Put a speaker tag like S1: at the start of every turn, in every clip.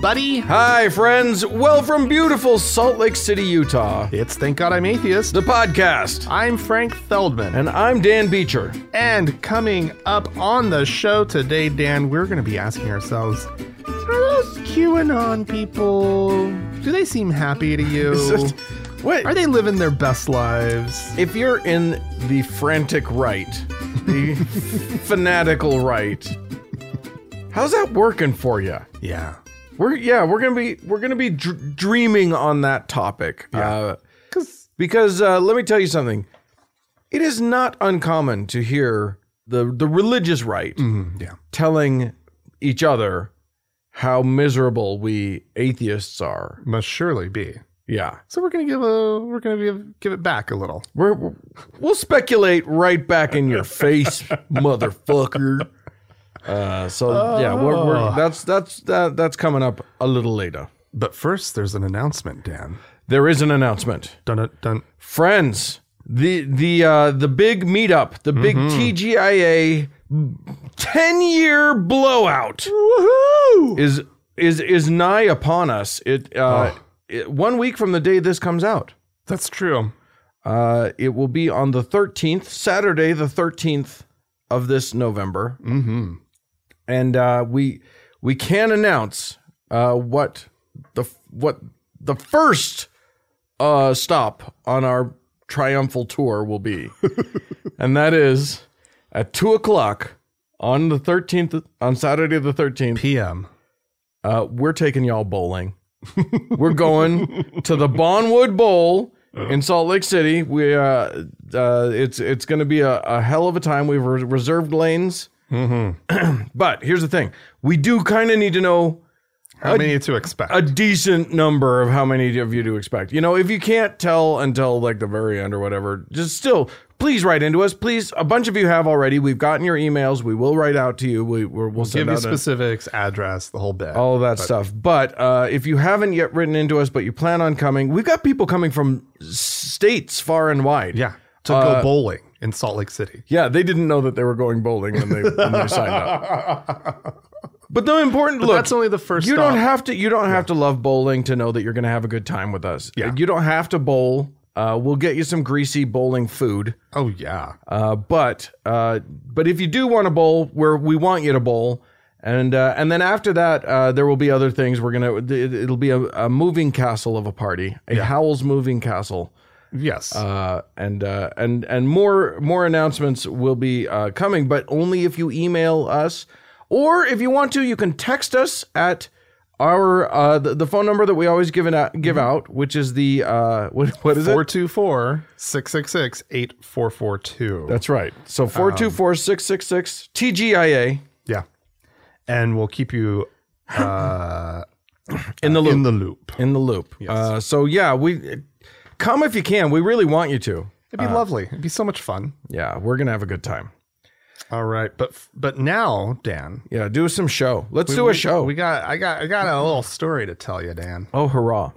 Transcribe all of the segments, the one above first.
S1: buddy.
S2: Hi, friends. Well, from beautiful Salt Lake City, Utah,
S1: It's Thank God I'm Atheist.
S2: the podcast.
S1: I'm Frank Feldman.
S2: And I'm Dan Beecher.
S1: And coming up on the show today, Dan, we're going to be asking ourselves Are those QAnon people, do they seem happy to you?
S2: Just- What?
S1: Are they living their best lives?
S2: if you're in the frantic right, the fanatical right, how's that working for you?
S1: Yeah.
S2: We're yeah, we're gonna be we're gonna be dr- dreaming on that topic. Uh,
S1: Because,
S2: because uh, let me tell you something. It is not uncommon to hear the the religious right
S1: Hmm, yeah.
S2: telling each other how miserable we atheists are.
S1: Must surely be.
S2: Yeah.
S1: So we're gonna give a we're gonna give, give it back a little.
S2: We're, we're- we'll speculate right back in your face, motherfucker. Uh, so yeah, we're, we're, that's that's that, that's coming up a little later.
S1: But first, there's an announcement, Dan.
S2: There is an announcement,
S1: Dun dun. dun.
S2: friends. The the uh, the big meetup, the big TGIA ten year blowout
S1: Woohoo!
S2: is is is nigh upon us. It, uh, it one week from the day this comes out.
S1: That's true.
S2: Uh, it will be on the 13th, Saturday, the 13th of this November. Mm-hmm. And uh, we we can announce uh, what the what the first uh, stop on our triumphal tour will be, and that is at two o'clock on the 13th on Saturday the 13th.
S1: PM.
S2: Uh, we're taking y'all bowling. we're going to the Bonwood Bowl in Salt Lake City. We uh, uh, it's it's going to be a, a hell of a time. We've re- reserved lanes,
S1: Mm-hmm.
S2: but here's the thing: we do kind of need to know
S1: How many to expect?
S2: a decent number of how many of you to expect. You know, if you can't tell until like the very end or whatever, just still please write into us. Please, a bunch of you have already. We've gotten your emails. We will write out to you. We we're, we'll send
S1: give you
S2: out an-
S1: specifics, address, the whole bit.
S2: all of that stuff. But uh, if you haven't yet written into us, but you plan on coming, we've got people coming from s- states far and wide.
S1: yeah. Uh, To go bowling in Salt Lake City.
S2: Yeah, they didn't know that they were going bowling when they, when they signed up. But the important look,
S1: That's only the first.
S2: you
S1: stop.
S2: don't have to you don't have to love bowling to know that you're going to have a good time with us.
S1: Yeah.
S2: You don't have to bowl. Uh, we'll get you some greasy bowling food.
S1: Oh yeah.
S2: Uh, but uh, but if you do want to bowl, where we want you to bowl, and uh, and then after that, uh, there will be other things. We're gonna it, it'll be a, a moving castle of a party, a Howell's moving castle,
S1: Yes.
S2: uh, and uh, and and more more announcements will be uh, coming, but only if you email us, or if you want to, you can text us at. Our uh, the, the phone number that we always give it out, give out, which is the uh, what, what is it?
S1: 424 666 8442.
S2: That's right. So 424 666 TGIA
S1: Yeah. And we'll keep you uh,
S2: in the loop.
S1: in the loop.
S2: in the loop. Uh, so yeah, we come if you can. We really want you to.
S1: It'd be lovely. It'd be so much fun.
S2: Yeah, we're gonna have a good time.
S1: All right, but f- but now, Dan,
S2: Yeah, do some show. Let's do a show.
S1: we got I got I got a little story to tell you, Dan.
S2: oh hurrah!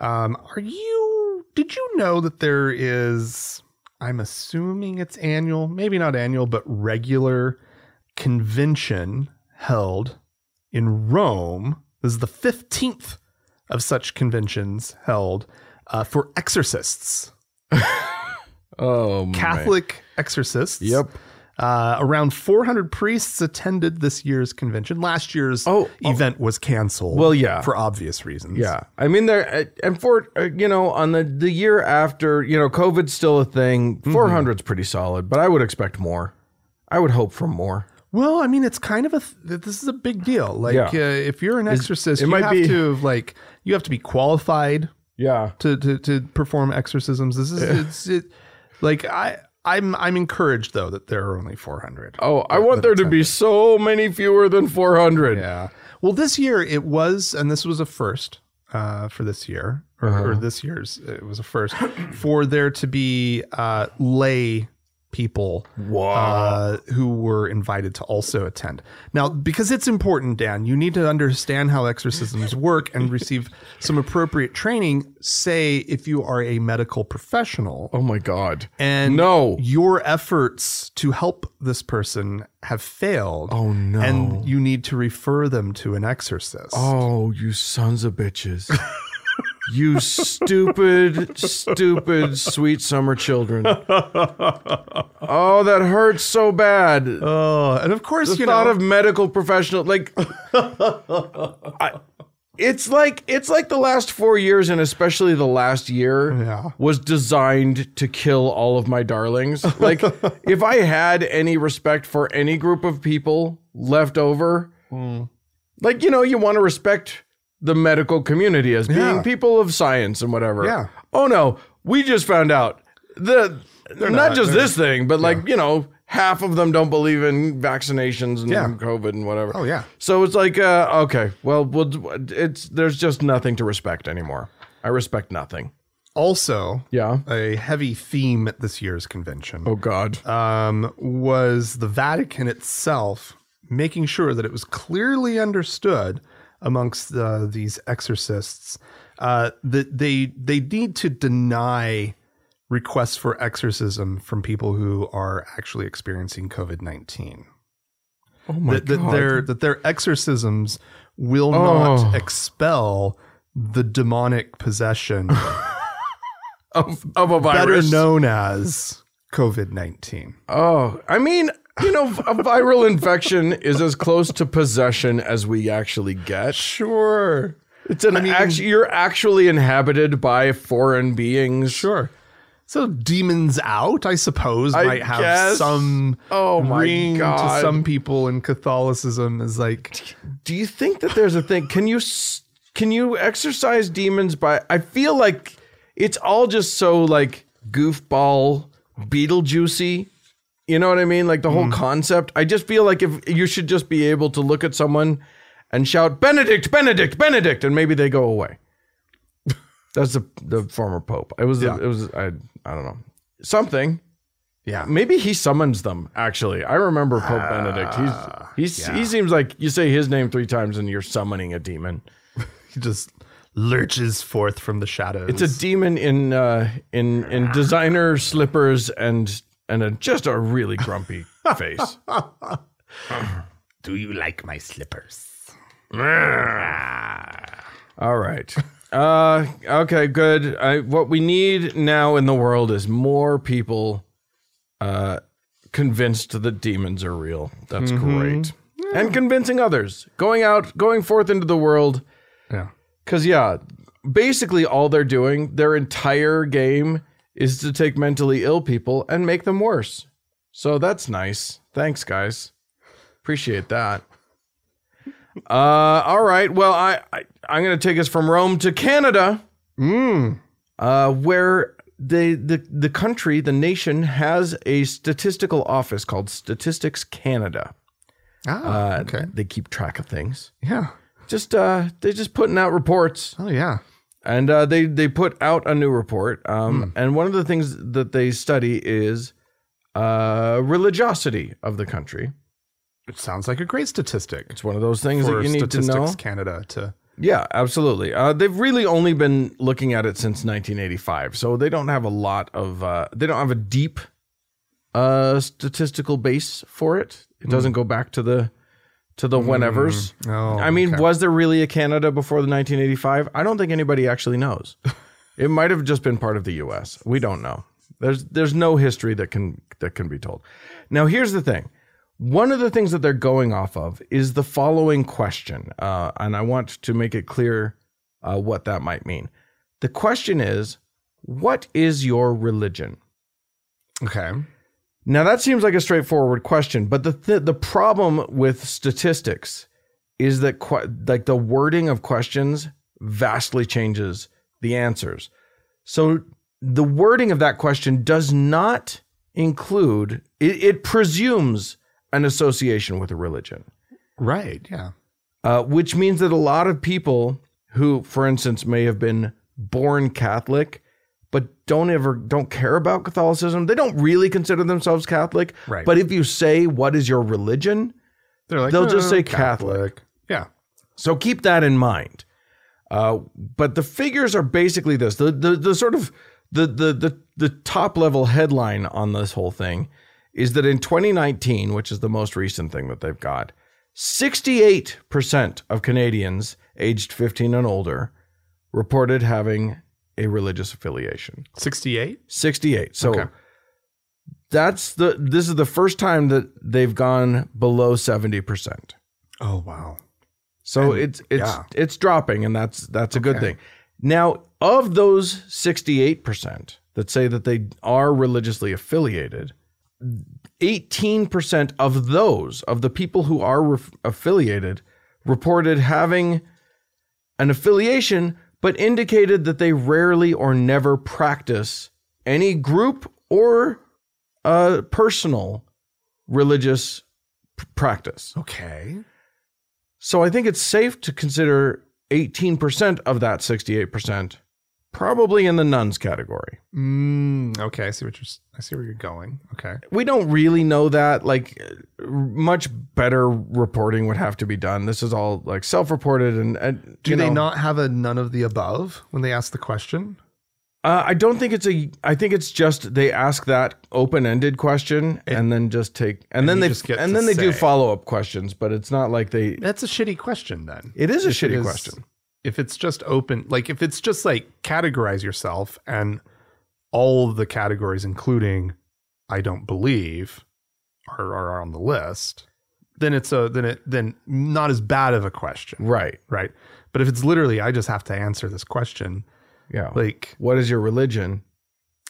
S1: Um, are you? Did you know that there is? I'm assuming it's annual, maybe not annual, but regular convention held in Rome. This is the fifteenth of such conventions held uh, for exorcists,
S2: Oh, my.
S1: Catholic exorcists.
S2: Yep.
S1: Uh, around 400 priests attended this year's convention. Last year's
S2: Oh, oh.
S1: event was canceled.
S2: Well, yeah.
S1: for obvious reasons.
S2: Yeah, I mean there, and for uh, you know, on the the year after, you know, COVID's still a thing. Four hundred's pretty solid, but I would expect more. I would hope for more.
S1: Well, I mean, it's kind of a th- th- this is a big deal. Like,
S2: Yeah.
S1: uh, if you're an exorcist,
S2: it
S1: you
S2: might
S1: have
S2: be-
S1: to have, like you have to be qualified
S2: Yeah,
S1: to to, to perform exorcisms. This is it's it. Like I. I'm I'm encouraged though that there are only 400.
S2: Oh, I want there to be so many fewer than 400.
S1: Yeah. Well, this year it was, and this was a first uh, for this year,
S2: Uh-huh.
S1: or, or this year's, it was a first for there to be uh, lay people
S2: Wow.
S1: uh, who were invited to also attend. Now, because it's important, Dan, you need to understand how exorcisms work and receive some appropriate training, say, if you are a medical professional.
S2: oh my God.
S1: And
S2: No.
S1: your efforts to help this person have failed.
S2: Oh, no.
S1: And you need to refer them to an exorcist.
S2: Oh, you sons of bitches. you stupid, stupid, sweet summer children. Oh, that hurts so bad. The
S1: Uh, and of course, you
S2: thought
S1: know,
S2: of medical professional, like, I- it's like it's like the last four years, and especially the last year,
S1: Yeah.
S2: was designed to kill all of my darlings. Like, if I had any respect for any group of people left over,
S1: Hmm.
S2: like you know you want to respect the medical community as being
S1: Yeah.
S2: people of science and whatever
S1: Yeah.
S2: oh no we just found out the not,
S1: not,
S2: just
S1: they're-
S2: this thing but like you know half of them don't believe in vaccinations and
S1: Yeah.
S2: covid and whatever
S1: Oh, yeah.
S2: so it's like uh, okay well we'll it's there's just nothing to respect anymore i respect nothing
S1: also
S2: yeah
S1: a heavy theme at this year's convention.
S2: oh god
S1: um, was the Vatican itself making sure that it was clearly understood amongst uh, these exorcists uh, that they they need to deny requests for exorcism from people who are actually experiencing COVID nineteen.
S2: oh my
S1: That, that their that their exorcisms will
S2: Oh.
S1: not expel the demonic possession
S2: of, of a
S1: better
S2: virus
S1: known as COVID nineteen.
S2: Oh, I mean, you know, a viral infection is as close to possession as we actually get.
S1: Sure.
S2: It's an act- you're actually inhabited by foreign beings.
S1: Sure. So demons out, I suppose, might have
S2: guess.
S1: some
S2: Oh my
S1: ring
S2: God.
S1: to some people in Catholicism is like
S2: Do you think that there's a thing? Can you s- can you exercise demons by? I feel like it's all just so like goofball, Beetlejuicy. You know what I mean? Like the whole concept. I just feel like if you should just be able to look at someone and shout Benedict, Benedict, Benedict, and maybe they go away. That's the the former pope. It was it was I I don't know something.
S1: yeah.
S2: Maybe he summons them. Actually, I remember Pope Benedict. He's he's he seems like you say his name three times and you're summoning a demon.
S1: He just lurches forth from the shadows.
S2: It's a demon in uh, in in designer slippers and and a, just a really grumpy face.
S1: Do you like my slippers?
S2: All right. Uh, okay, good. I, what we need now in the world is more people uh, convinced that demons are real. That's great. And convincing others, going out, going forth into the world.
S1: Yeah.
S2: Because, yeah, basically all they're doing, their entire game is to take mentally ill people and make them worse. So that's nice. Thanks, guys. Appreciate that. Uh, all right. Well, I, I I'm going to take us from Rome to Canada,
S1: Mm.
S2: uh, where the, the the country, the nation, has a statistical office called Statistics Canada.
S1: Ah,
S2: Uh,
S1: okay.
S2: They keep track of things.
S1: Yeah.
S2: Just uh, they're just putting out reports
S1: Oh yeah.
S2: and uh, they they put out a new report. Um,
S1: Hmm.
S2: And one of the things that they study is uh, religiosity of the country.
S1: It sounds like a great statistic
S2: It's one of those things
S1: for
S2: that you need to
S1: Statistics
S2: know.
S1: Canada to
S2: Yeah, absolutely. Uh, they've really only been looking at it since 1985, so they don't have a lot of uh, they don't have a deep uh, statistical base for it.
S1: Hmm.
S2: It doesn't go back to the to the whenevers.
S1: Oh,
S2: I mean,
S1: okay.
S2: was there really a Canada before the 1985? I don't think anybody actually knows. it might have just been part of the U.S. We don't know. There's there's no history that can that can be told. Now here's the thing. One of the things that they're going off of is the following question, uh, and I want to make it clear uh, what that might mean. The question is, what is your religion?
S1: Okay.
S2: Now that seems like a straightforward question, but the th- the problem with statistics is that que- like the wording of questions vastly changes the answers. So the wording of that question does not include it, it presumes an association with a religion,
S1: Right. Yeah.
S2: uh, which means that a lot of people who, for instance, may have been born Catholic, but don't ever don't care about Catholicism. They don't really consider themselves Catholic.
S1: Right.
S2: But if you say what is your religion,
S1: They're like
S2: They'll just
S1: "Uh,
S2: say Catholic."
S1: Yeah.
S2: so keep that in mind. Uh, but the figures are basically this: the the, the sort of the, the the the top level headline on this whole thing is that in 2019, which is the most recent thing that they've got, 68 percent of Canadians aged 15 and older reported having a religious affiliation.
S1: 68?
S2: 68. So
S1: Okay.
S2: that's the this is the first time that they've gone below 70%.
S1: Oh, wow.
S2: So
S1: And-
S2: it's it's
S1: yeah.
S2: it's dropping and that's that's a good
S1: Okay.
S2: thing. Now, of those 68% that say that they are religiously affiliated, 18% of those of the people who are re- affiliated reported having an affiliation but indicated that they rarely or never practice any group or uh, personal religious p- practice.
S1: Okay.
S2: So I think it's safe to consider 18% of that 68% probably in the nuns category.
S1: Mm, okay. I see what you're, s- I see where you're going. Okay.
S2: We don't really know that. Like, uh, much better reporting would have to be done. This is all like self reported. And, and,
S1: Do
S2: you
S1: they
S2: know,
S1: not have a none of the above when they ask the question?
S2: Uh, I don't think it's a. I think it's just they ask that open ended question and then just take. And, then
S1: you
S2: they
S1: just get
S2: and
S1: to
S2: then they do
S1: say.
S2: follow up questions, but it's not like they.
S1: That's a shitty question then.
S2: It is a
S1: If it
S2: shitty
S1: is-
S2: question.
S1: If it's just open, like if it's just like categorize yourself and all of the categories, including I don't believe, are, are on the list, then it's a then it then not as bad of a question,
S2: Right.
S1: right? But if it's literally I just have to answer this question,
S2: Yeah.
S1: like
S2: what is your religion?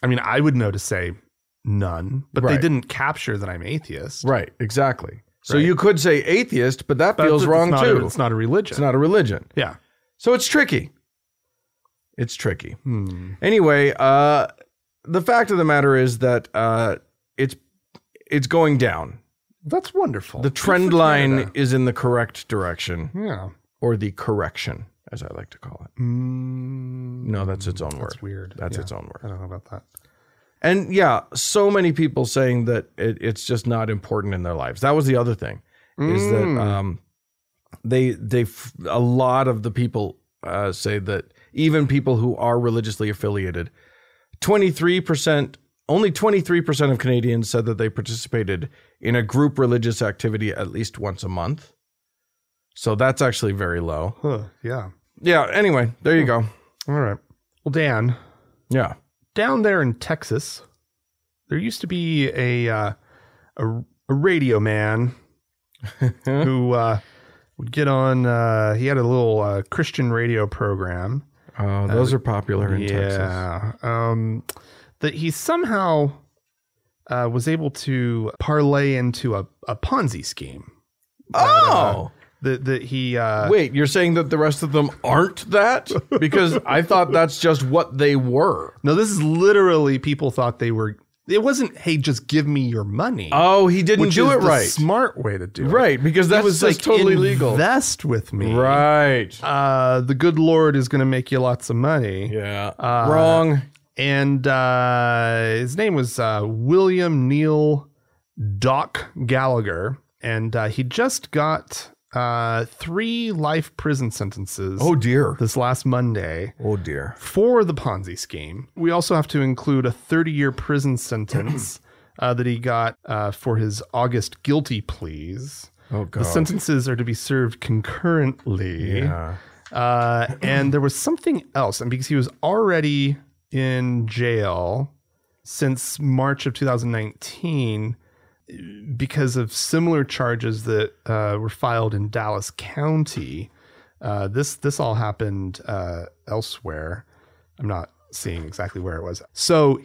S1: I mean, I would know to say none, but they
S2: Right.
S1: didn't capture that I'm atheist.
S2: Right, exactly. So
S1: Right.
S2: you could say atheist, but that
S1: But
S2: feels
S1: it's
S2: wrong
S1: not
S2: too.
S1: A, it's not a religion.
S2: it's not a religion.
S1: yeah.
S2: So it's tricky. It's tricky.
S1: Hmm.
S2: Anyway, uh, the fact of the matter is that uh, it's it's going down.
S1: That's wonderful.
S2: The
S1: Oh, Good
S2: trend
S1: for
S2: line
S1: Canada.
S2: is in the correct direction,
S1: Yeah.
S2: or the correction, as I like to call it. No,
S1: No,
S2: that's its own word.
S1: Hmm. That's weird.
S2: That's
S1: Yeah.
S2: its own word.
S1: I don't know about that.
S2: And yeah, so many people saying that it, it's just not important in their lives. That was the other thing is that um, they they f- a lot of the people uh, say that even people who are religiously affiliated, twenty three percent only twenty three percent of Canadians said that they participated in a group religious activity at least once a month. So that's actually very low.
S1: Huh, yeah.
S2: Yeah. Anyway, there you go.
S1: All right. Well, Dan,
S2: Yeah.
S1: down there in Texas, there used to be a uh, a, a radio man who uh, would get on. Uh, he had a little uh, Christian radio program.
S2: Oh, those are popular in Texas.
S1: yeah. Um, that he somehow uh, was able to parlay into a, a Ponzi scheme.
S2: Oh.
S1: That that he uh,
S2: Wait, you're saying that the rest of them aren't that? Because I thought that's just what they were.
S1: No, this is literally people thought they were. It wasn't. Hey, just give me your money.
S2: Oh, he didn't
S1: which
S2: do
S1: is
S2: it
S1: the
S2: right.
S1: Smart way to do it.
S2: right, because that
S1: It was
S2: was just
S1: like
S2: totally legal.
S1: invest with me.
S2: right.
S1: Uh, the good Lord is going to make you lots of money.
S2: Yeah. Wrong.
S1: And uh, his name was uh, William Neal Doc Gallagher, and uh, he just got uh, three life prison sentences.
S2: oh, dear.
S1: This last Monday,
S2: Oh dear.
S1: for the Ponzi scheme. We also have to include a 30 year prison sentence uh, that he got uh, for his August guilty pleas.
S2: Oh god.
S1: The sentences are to be served concurrently.
S2: yeah.
S1: Uh, and there was something else. And because he was already in jail since March of 2019 because of similar charges that uh, were filed in Dallas County. Uh, this this all happened uh, elsewhere. I'm not seeing exactly where it was. So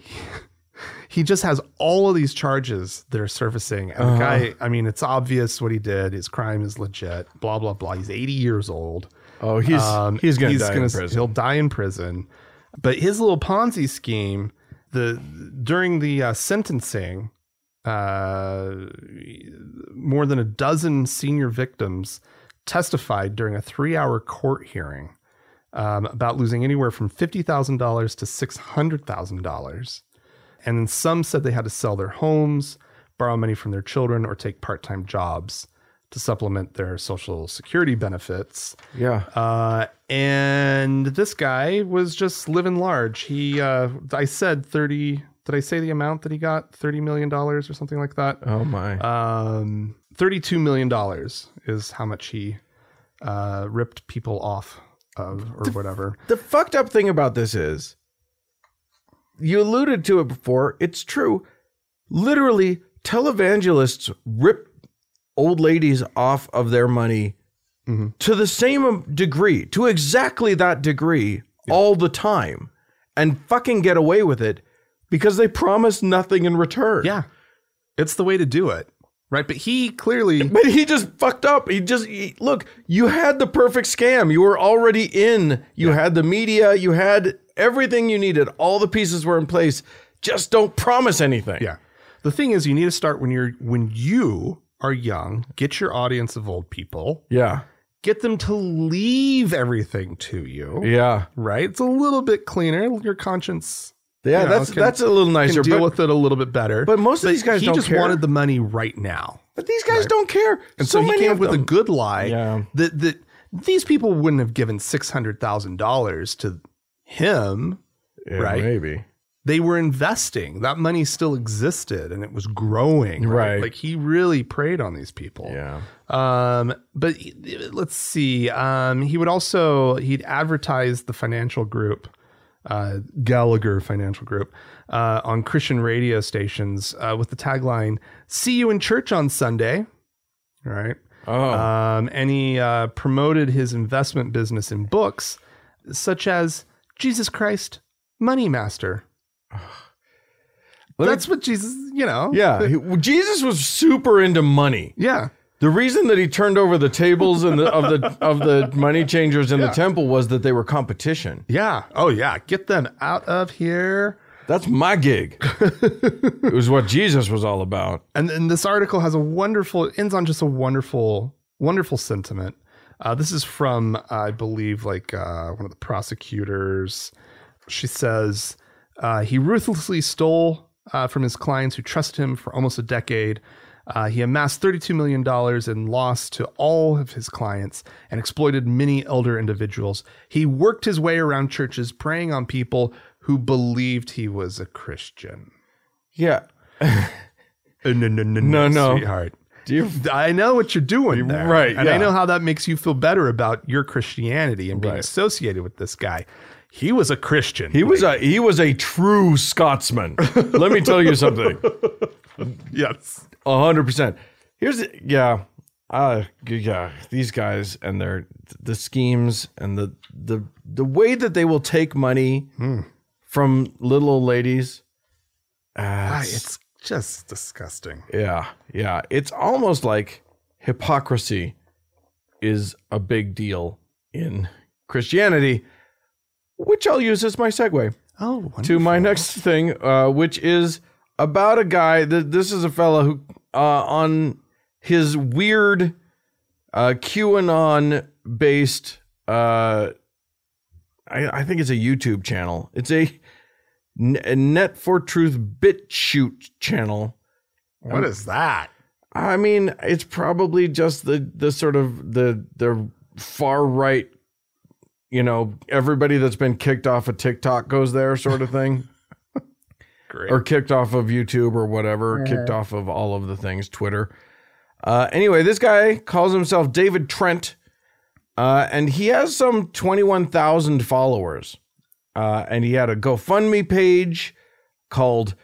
S1: he just has all of these charges that are surfacing. And the guy, I mean, it's obvious what he did. His crime is legit. Blah blah blah. He's 80 years old.
S2: Oh, he's
S1: Um,
S2: he's gonna die in
S1: gonna-
S2: prison.
S1: He'll die in prison. But his little Ponzi scheme, the during the uh, sentencing, uh, more than a dozen senior victims testified during a three-hour court hearing um, about losing anywhere from $50,000 to $600,000. And then some said they had to sell their homes, borrow money from their children, or take part time jobs to supplement their social security benefits.
S2: Yeah.
S1: Uh, and this guy was just living large. He, uh, I said 30, did I say the amount that he got? $30 million or something like that?
S2: oh my.
S1: Um, $32 million is how much he uh, ripped people off of or whatever.
S2: the fucked up thing about this is you alluded to it before. It's true. Literally, televangelists rip old ladies off of their money
S1: Mhm.
S2: to the same degree, to exactly that degree, all the time, and fucking get away with it because they promise nothing in return.
S1: Yeah. It's the way to do it. Right. But he clearly,
S2: But he just fucked up. He just he- look. You had the perfect scam. You were already in. You had the media. You had everything you needed. All the pieces were in place. Just don't promise anything.
S1: yeah. The thing is, you need to start when you're, when you are young, get your audience of old people,
S2: Yeah.
S1: get them to leave everything to you.
S2: Yeah.
S1: Right. It's a little bit cleaner. Your conscience
S2: Yeah.
S1: You know,
S2: that's
S1: can-
S2: that's a little
S1: can
S2: nicer.
S1: deal
S2: But,
S1: with it a little bit better.
S2: but most of these guys
S1: he
S2: don't
S1: just
S2: care.
S1: wanted the money right now.
S2: but these guys don't care.
S1: And so, he
S2: many
S1: came
S2: of
S1: up with a
S2: them.
S1: good lie
S2: Yeah.
S1: that that these people wouldn't have given six hundred thousand dollars to him.
S2: Yeah,
S1: right?
S2: Maybe.
S1: They were investing. That money still existed and it was growing.
S2: Right.
S1: Like he really preyed on these people.
S2: Yeah.
S1: Um, but he- let's see. Um, he would also he'd advertise the financial group, uh, Gallagher Financial Group, uh, on Christian radio stations uh, with the tagline "See you in church on Sunday." All right.
S2: Oh.
S1: Um, and he uh, promoted his investment business in books such as Jesus Christ, Money Master.
S2: Let me-
S1: That's what Jesus, you know.
S2: yeah. he- Jesus was super into money.
S1: Yeah.
S2: The reason that he turned over the tables and the, of the of the money changers in the temple was that they were competition.
S1: Yeah. Oh, yeah. Get them out of here.
S2: That's my gig. it was what Jesus was all about.
S1: And then this article has a wonderful, it ends on just a wonderful, wonderful sentiment. Uh, this is from, I believe, like uh, one of the prosecutors. She says uh, he ruthlessly stole uh, from his clients who trusted him for almost a decade. Uh, he amassed $32 million in loss to all of his clients and exploited many elder individuals. He worked his way around churches, preying on people who believed he was a Christian.
S2: Yeah.
S1: Uh, No, no, no,
S2: No, no.
S1: sweetheart.
S2: Do you
S1: I know what you're doing there.
S2: right,
S1: And I
S2: yeah.
S1: know how that makes you feel better about your Christianity and being
S2: Right.
S1: associated with this guy. He was a Christian.
S2: He was a he was a true Scotsman. Let me tell you something.
S1: yes.
S2: A hundred percent. Here's the, yeah, uh, yeah. These guys and their the schemes and the the the way that they will take money
S1: Hmm.
S2: from little old ladies.
S1: Ah,
S2: Uh,
S1: it's just disgusting.
S2: Yeah, yeah. It's almost like hypocrisy is a big deal in Christianity, which I'll use as my segue
S1: Oh,
S2: to my next thing, uh, which is about a guy. Th- this is a fella who, uh, on his weird uh, QAnon based, uh, I, I think it's a YouTube channel. It's a, N- a Net for Truth bit shoot channel.
S1: What is that?
S2: I mean, it's probably just the the sort of the the far right, you know, everybody that's been kicked off of TikTok goes there sort of thing,
S1: Great.
S2: or kicked off of YouTube or whatever, kicked off of all of the things, Twitter. Uh, anyway, this guy calls himself David Trent, uh, and he has some twenty one thousand followers, uh, and he had a GoFundMe page called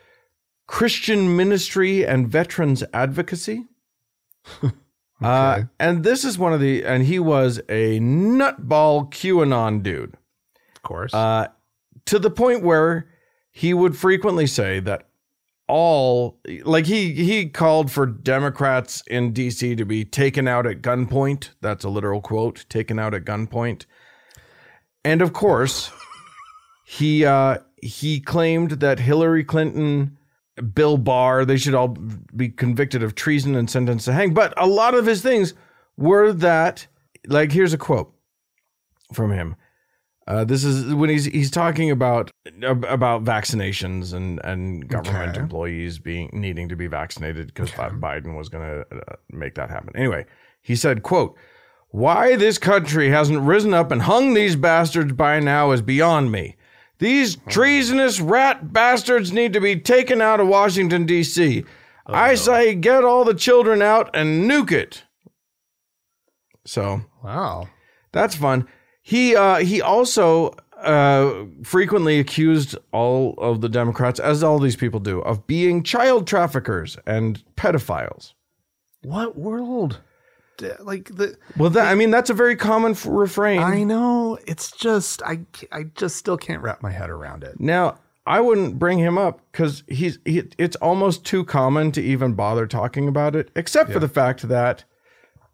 S2: Christian Ministry and Veterans Advocacy. Uh, and this is one of the, and he was a nutball QAnon dude
S1: of course.
S2: uh, to the point where he would frequently say that all, like he he called for Democrats in D.C. to be taken out at gunpoint. That's a literal quote: taken out at gunpoint. And of course, he uh, he claimed that Hillary Clinton. Bill Barr, they should all be convicted of treason and sentenced to hang. But a lot of his things were that, like, here's a quote from him Uh, this is when he's he's talking about ab- about vaccinations and and government
S1: Okay.
S2: employees being needing to be vaccinated because Biden was going to uh, make that happen. Anyway, he said, "quote Why this country hasn't risen up and hung these bastards by now is beyond me. These treasonous rat bastards need to be taken out of Washington D.C. I say, get all the children out and nuke it." So
S1: Wow.
S2: that's fun. He uh, he also uh, frequently accused all of the Democrats, as all these people do, of being child traffickers and pedophiles.
S1: What world? D- Like the
S2: Well, that I mean, that's a very common f- refrain.
S1: I know it's just I ca- I just still can't wrap my head around it.
S2: now, I wouldn't bring him up because he's he, it's almost too common to even bother talking about it, except for the fact that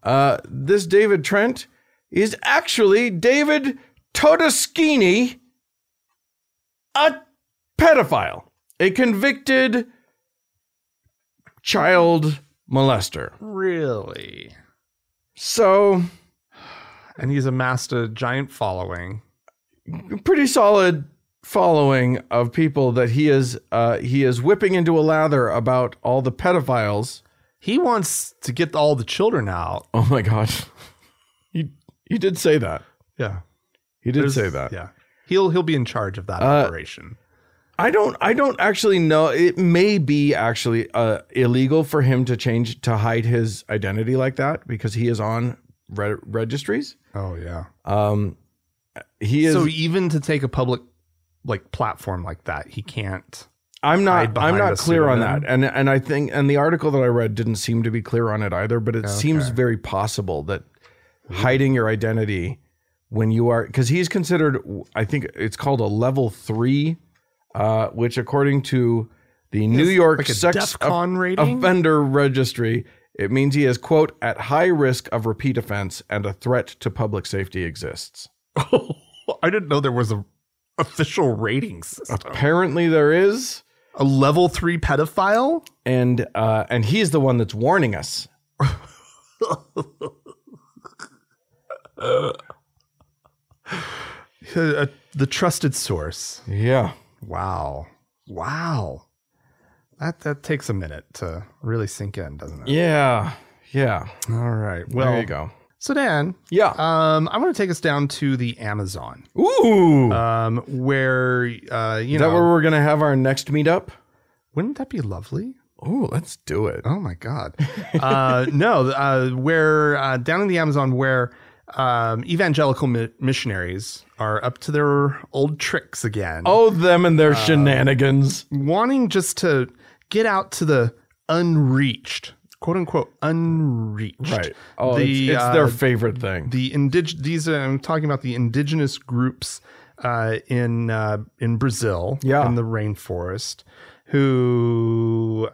S2: uh, this David Trent is actually David Todeschini, a pedophile, a convicted child molester.
S1: Really?
S2: So,
S1: And he's amassed a giant following.
S2: pretty solid following of people that he is uh, he is whipping into a lather about all the pedophiles.
S1: He wants to get all the children out.
S2: Oh my gosh, he he did say that.
S1: Yeah.
S2: He did
S1: There's-
S2: say that.
S1: Yeah. He'll he'll be in charge of that
S2: Uh,
S1: operation.
S2: I don't I don't actually know. It may be actually uh, illegal for him to change to hide his identity like that because he is on re- registries.
S1: Oh yeah.
S2: Um, he is.
S1: so even to take a public like platform like that, he can't.
S2: I'm
S1: hide
S2: not. I'm
S1: behind
S2: not
S1: a
S2: clear on that,
S1: pseudonym?
S2: and and I think and the article that I read didn't seem to be clear on it either. But it seems
S1: Okay.
S2: very possible that hiding your identity when you are because he's considered, I think it's called a level three, uh, which according to the New York
S1: like a
S2: sex e-,
S1: DEFCON rating.
S2: offender registry, it means he is quote at high risk of repeat offense and a threat to public safety exists.
S1: I didn't know there was a official rating system.
S2: Apparently, there is.
S1: A level three pedophile.
S2: and uh, and he's the one that's warning us.
S1: Uh, the trusted source.
S2: Yeah,
S1: Wow. Wow. That that takes a minute to really sink in, doesn't it?
S2: yeah, yeah.
S1: All right. Well,
S2: there you go.
S1: so Dan,
S2: Yeah.
S1: um, I'm going to take us down to the Amazon,
S2: Uh, Ooh,
S1: um, where uh, you
S2: is that
S1: know,
S2: where we're gonna have our next meetup?
S1: wouldn't that be lovely?
S2: Ooh, let's do it.
S1: Oh my God. Uh, no, uh, where uh, down in the Amazon, where um, evangelical mi- missionaries are up to their old tricks again.
S2: Oh, them and their shenanigans.
S1: Wanting just to get out to the unreached, quote unquote, unreached.
S2: Right. Oh,
S1: the,
S2: it's, it's
S1: uh,
S2: their favorite thing.
S1: the indig- these are, I'm talking about the indigenous groups uh, in uh, in Brazil
S2: Yeah.
S1: in the rainforest who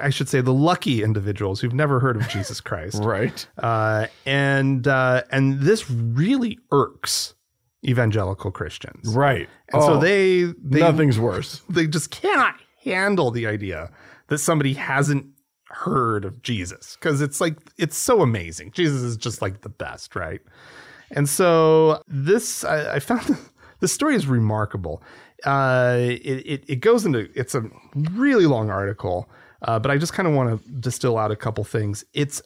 S1: I should say the lucky individuals who've never heard of Jesus Christ
S2: right.
S1: uh, and uh, and this really irks evangelical Christians
S2: Right. Oh,
S1: and so they they
S2: nothing's worse.
S1: they just cannot handle the idea that somebody hasn't heard of Jesus because it's like it's so amazing. Jesus is just like the best, right? And so this I, I found this story is remarkable. Uh, it, it it goes into it's a really long article, uh, but I just kind of want to distill out a couple things. It's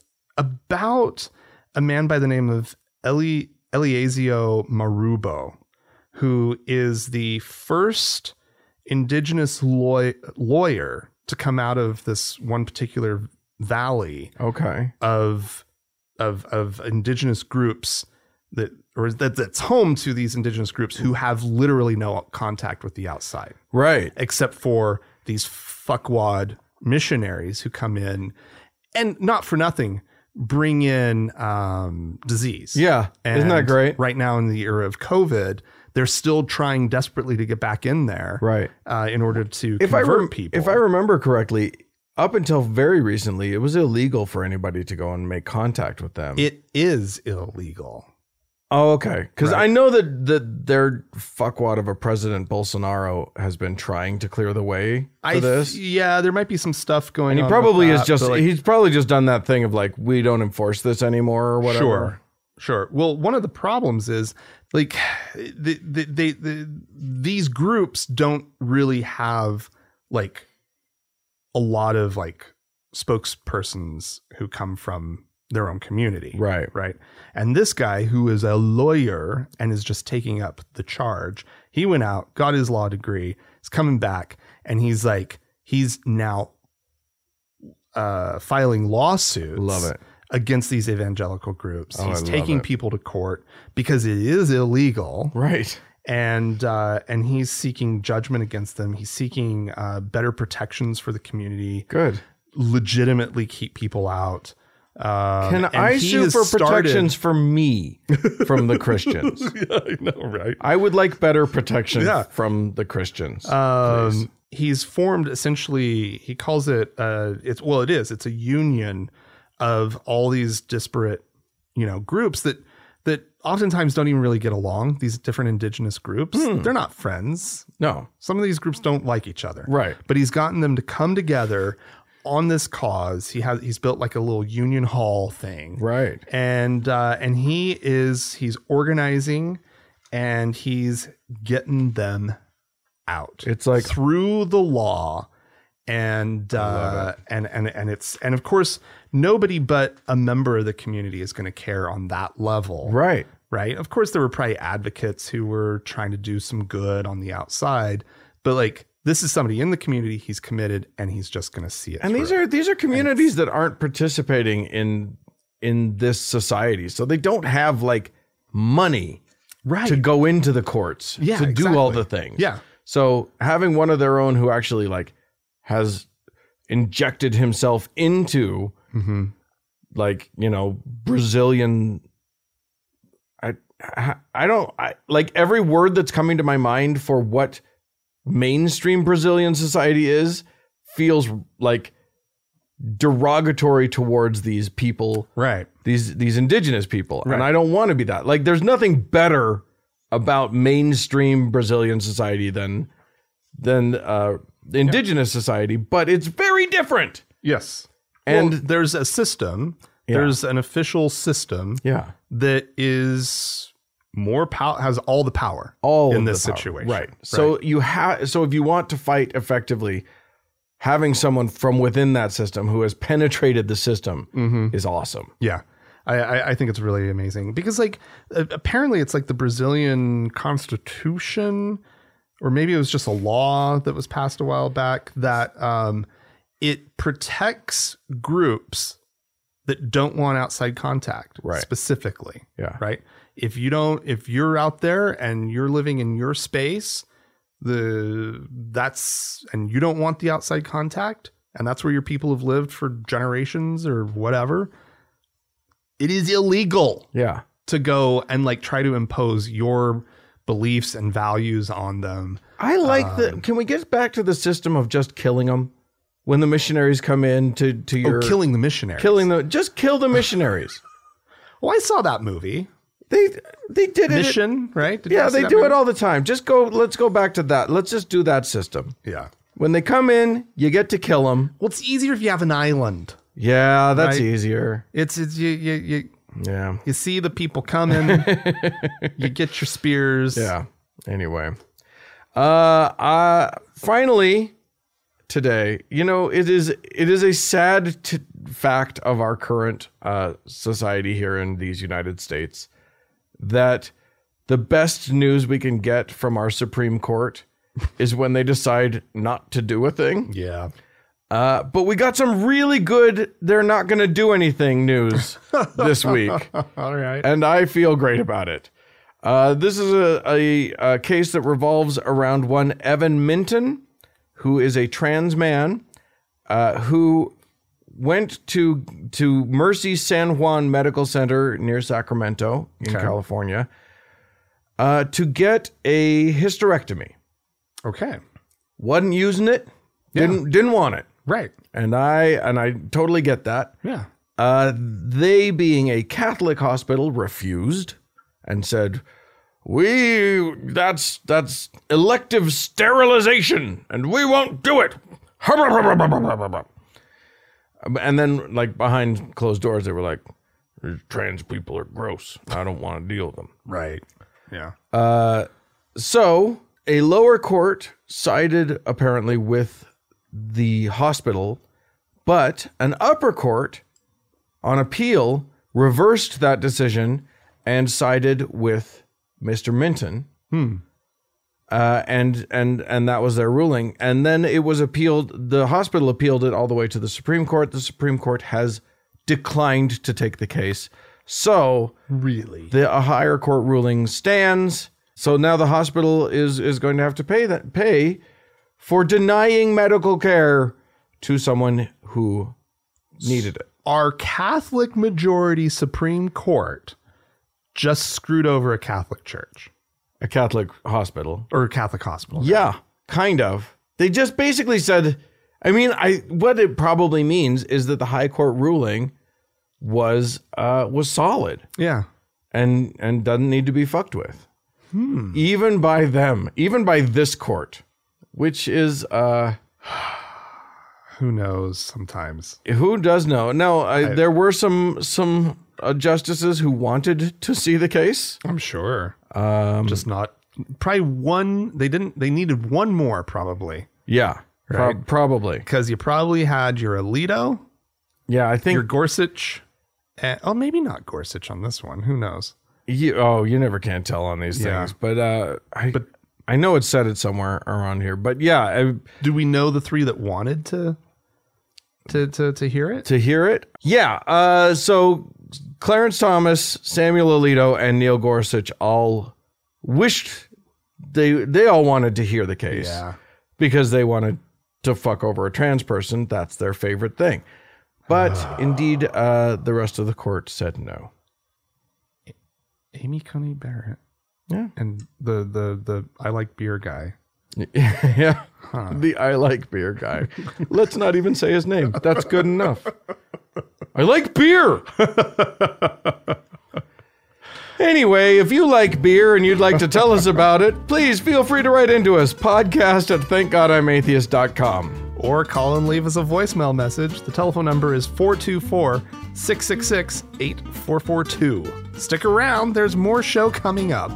S1: about a man by the name of Eli Eliasio Marubo, who is the first indigenous law- lawyer to come out of this one particular valley
S2: Okay.
S1: of of of indigenous groups that or that that's home to these indigenous groups who have literally no contact with the outside
S2: Right.
S1: except for these fuckwad missionaries who come in and not for nothing bring in um, disease
S2: Yeah. Isn't that
S1: and
S2: great?
S1: Right now, in the era of COVID, they're still trying desperately to get back in there,
S2: Right.
S1: Uh, in order to
S2: If I
S1: convert
S2: rem-
S1: people.
S2: if I remember correctly, up until very recently, it was illegal for anybody to go and make contact with them.
S1: it is illegal.
S2: Oh, okay. Because
S1: Right.
S2: I know that that their fuckwad of a president Bolsonaro has been trying to clear the way for
S1: I th-
S2: this,
S1: yeah, there might be some stuff going.
S2: and he
S1: on
S2: probably
S1: with
S2: is
S1: that,
S2: just
S1: but, like,
S2: he's probably just done that thing of like we don't enforce this anymore or whatever.
S1: sure, Sure. Well, one of the problems is like the, the, they the, these groups don't really have like a lot of like spokespersons who come from their own community.
S2: Right.
S1: Right. And this guy who is a lawyer and is just taking up the charge, he went out, got his law degree, is coming back, and he's like, he's now uh, filing lawsuits
S2: Love it.
S1: against these evangelical groups.
S2: Oh, I
S1: he's
S2: love
S1: taking
S2: it.
S1: people to court because it is illegal
S2: Right.
S1: and uh, and he's seeking judgment against them. He's seeking uh, better protections for the community,
S2: Good.
S1: legitimately keep people out. Um,
S2: Can
S1: and
S2: I
S1: he
S2: sue
S1: has
S2: for
S1: started-
S2: protections for me from the Christians?
S1: yeah, I know, right?
S2: I would like better protection
S1: Yeah.
S2: from the Christians. please.
S1: Um, he's formed essentially. He calls it. Uh, it's well, it is. It's a union of all these disparate, you know, groups that that oftentimes don't even really get along. These different indigenous groups, they're not friends.
S2: no.
S1: Some of these groups don't like each other.
S2: Right.
S1: But he's gotten them to come together on this cause. He has he's built like a little union hall thing.
S2: Right.
S1: And uh, and he is he's organizing and he's getting them out.
S2: It's like-
S1: through the law. And uh, and and and it's and of course nobody but a member of the community is going to care on that level,
S2: Right.
S1: right? Of course, there were probably advocates who were trying to do some good on the outside, but like this is somebody in the community. He's committed, and he's just going to see it.
S2: And these
S1: through.
S2: are these are communities that aren't participating in in this society. So they don't have like money
S1: right.
S2: to go into the courts
S1: Yeah,
S2: to do all
S1: exactly.
S2: the things.
S1: yeah,
S2: So having one of their own who actually like has injected himself into
S1: hmm
S2: like you know Brazilian. I I- I don't I like every word that's coming to my mind for what mainstream Brazilian society is feels like derogatory towards these people
S1: right.
S2: these these indigenous people
S1: Right.
S2: and i don't want to be that like there's nothing better about mainstream brazilian society than than uh indigenous society but it's very different
S1: Yes,
S2: And-
S1: and there's a system.
S2: Yeah.
S1: There's an official system
S2: yeah
S1: that is more power has all the power.
S2: all
S1: In
S2: of the
S1: this
S2: power.
S1: situation.
S2: right so you have so if you want to fight effectively having someone from within that system who has penetrated the system is awesome
S1: Yeah. I, I, I think it's really amazing because, like, a- apparently it's like the Brazilian constitution, or maybe it was just a law that was passed a while back that um, it protects groups that don't want outside contact
S2: Right.
S1: specifically.
S2: Yeah.
S1: Right. If you don't, if you're out there and you're living in your space, the that's and you don't want the outside contact, and that's where your people have lived for generations or whatever it is illegal
S2: yeah
S1: to go and like try to impose your beliefs and values on them.
S2: I like
S1: Um,
S2: the. Can we get back to the system of just killing them when the missionaries come in to to
S1: Or
S2: your
S1: killing the missionary.
S2: killing the just kill the missionaries.
S1: well, I saw that movie.
S2: they they did it.
S1: Mission, right? Did you
S2: yeah,
S1: ever see
S2: they
S1: that
S2: do it
S1: movie?
S2: all the time. Just go. Let's go back to that. Let's just do that system.
S1: Yeah.
S2: When they come in, you get to kill them.
S1: Well, it's easier if you have an island.
S2: Yeah, that's
S1: Right.
S2: easier.
S1: It's, it's you, you you
S2: Yeah,
S1: you see the people coming. you get your spears.
S2: yeah. Anyway, uh, uh finally today, you know, it is it is a sad t- fact of our current uh, society here in these United States that the best news we can get from our Supreme Court is when they decide not to do a thing.
S1: Yeah.
S2: Uh, but we got some really good they're not going to do anything news this week
S1: all right.
S2: and I feel great about it. Uh, this is a, a, a case that revolves around one Evan Minton, who is a trans man uh, who went to to Mercy San Juan Medical Center near Sacramento in
S1: Okay.
S2: California uh, to get a hysterectomy.
S1: Okay.
S2: wasn't using it, didn't didn't want it,
S1: Right.
S2: and I and I totally get that.
S1: Yeah.
S2: Uh, they, being a Catholic hospital, refused and said, "We that's that's elective sterilization, and we won't do it." And then, like behind closed doors, they were like, trans people are gross. I don't want to deal with them.
S1: Right. Yeah.
S2: So, a lower court sided apparently with the hospital, but an upper court on appeal reversed that decision and sided with Mr. Minton. Uh, and and and that was their ruling. And then it was appealed. The hospital appealed it all the way to the Supreme Court. The Supreme Court has declined to take the case. So
S1: Really.
S2: the a higher court ruling stands. So now the hospital is is going to have to pay that pay for denying medical care to someone who needed it.
S1: Our Catholic majority Supreme Court just screwed over a Catholic church
S2: A Catholic hospital.
S1: or a Catholic hospital.
S2: Yeah, kind of. They just basically said I mean, I what it probably means is that the high court ruling was uh was solid.
S1: Yeah.
S2: and and doesn't need to be fucked with Hmm. even by them even by this court which is uh
S1: Who knows sometimes.
S2: who does know now I, there were some some uh, justices who wanted to see the case
S1: I'm sure. Um, just not. Probably one. They didn't. They needed one more probably
S2: yeah pro- probably
S1: because you probably had your Alito,
S2: yeah i
S1: your
S2: think
S1: Gorsuch. And, oh, maybe not Gorsuch on this one. Who knows?
S2: you, oh you never can tell on these
S1: Yeah.
S2: things but uh i but i know it said it somewhere around here but yeah I,
S1: Do we know the three that wanted to to to, to hear it?
S2: to hear it. Yeah. Uh, so Clarence Thomas, Samuel Alito, and Neil Gorsuch all wished they they all wanted to hear the case because they wanted to fuck over a trans person. That's their favorite thing. But indeed, uh, the rest of the court said no.
S1: Amy Coney Barrett.
S2: Yeah.
S1: And the the the I like beer guy.
S2: yeah. The I like beer guy. Let's not even say his name. That's good enough. I like beer. anyway, if you like beer and you'd like to tell us about it, please feel free to write into us podcast at thankgodimatheist.com.
S1: Or call and leave us a voicemail message. The telephone number is 424 666 8442. Stick around, there's more show coming up.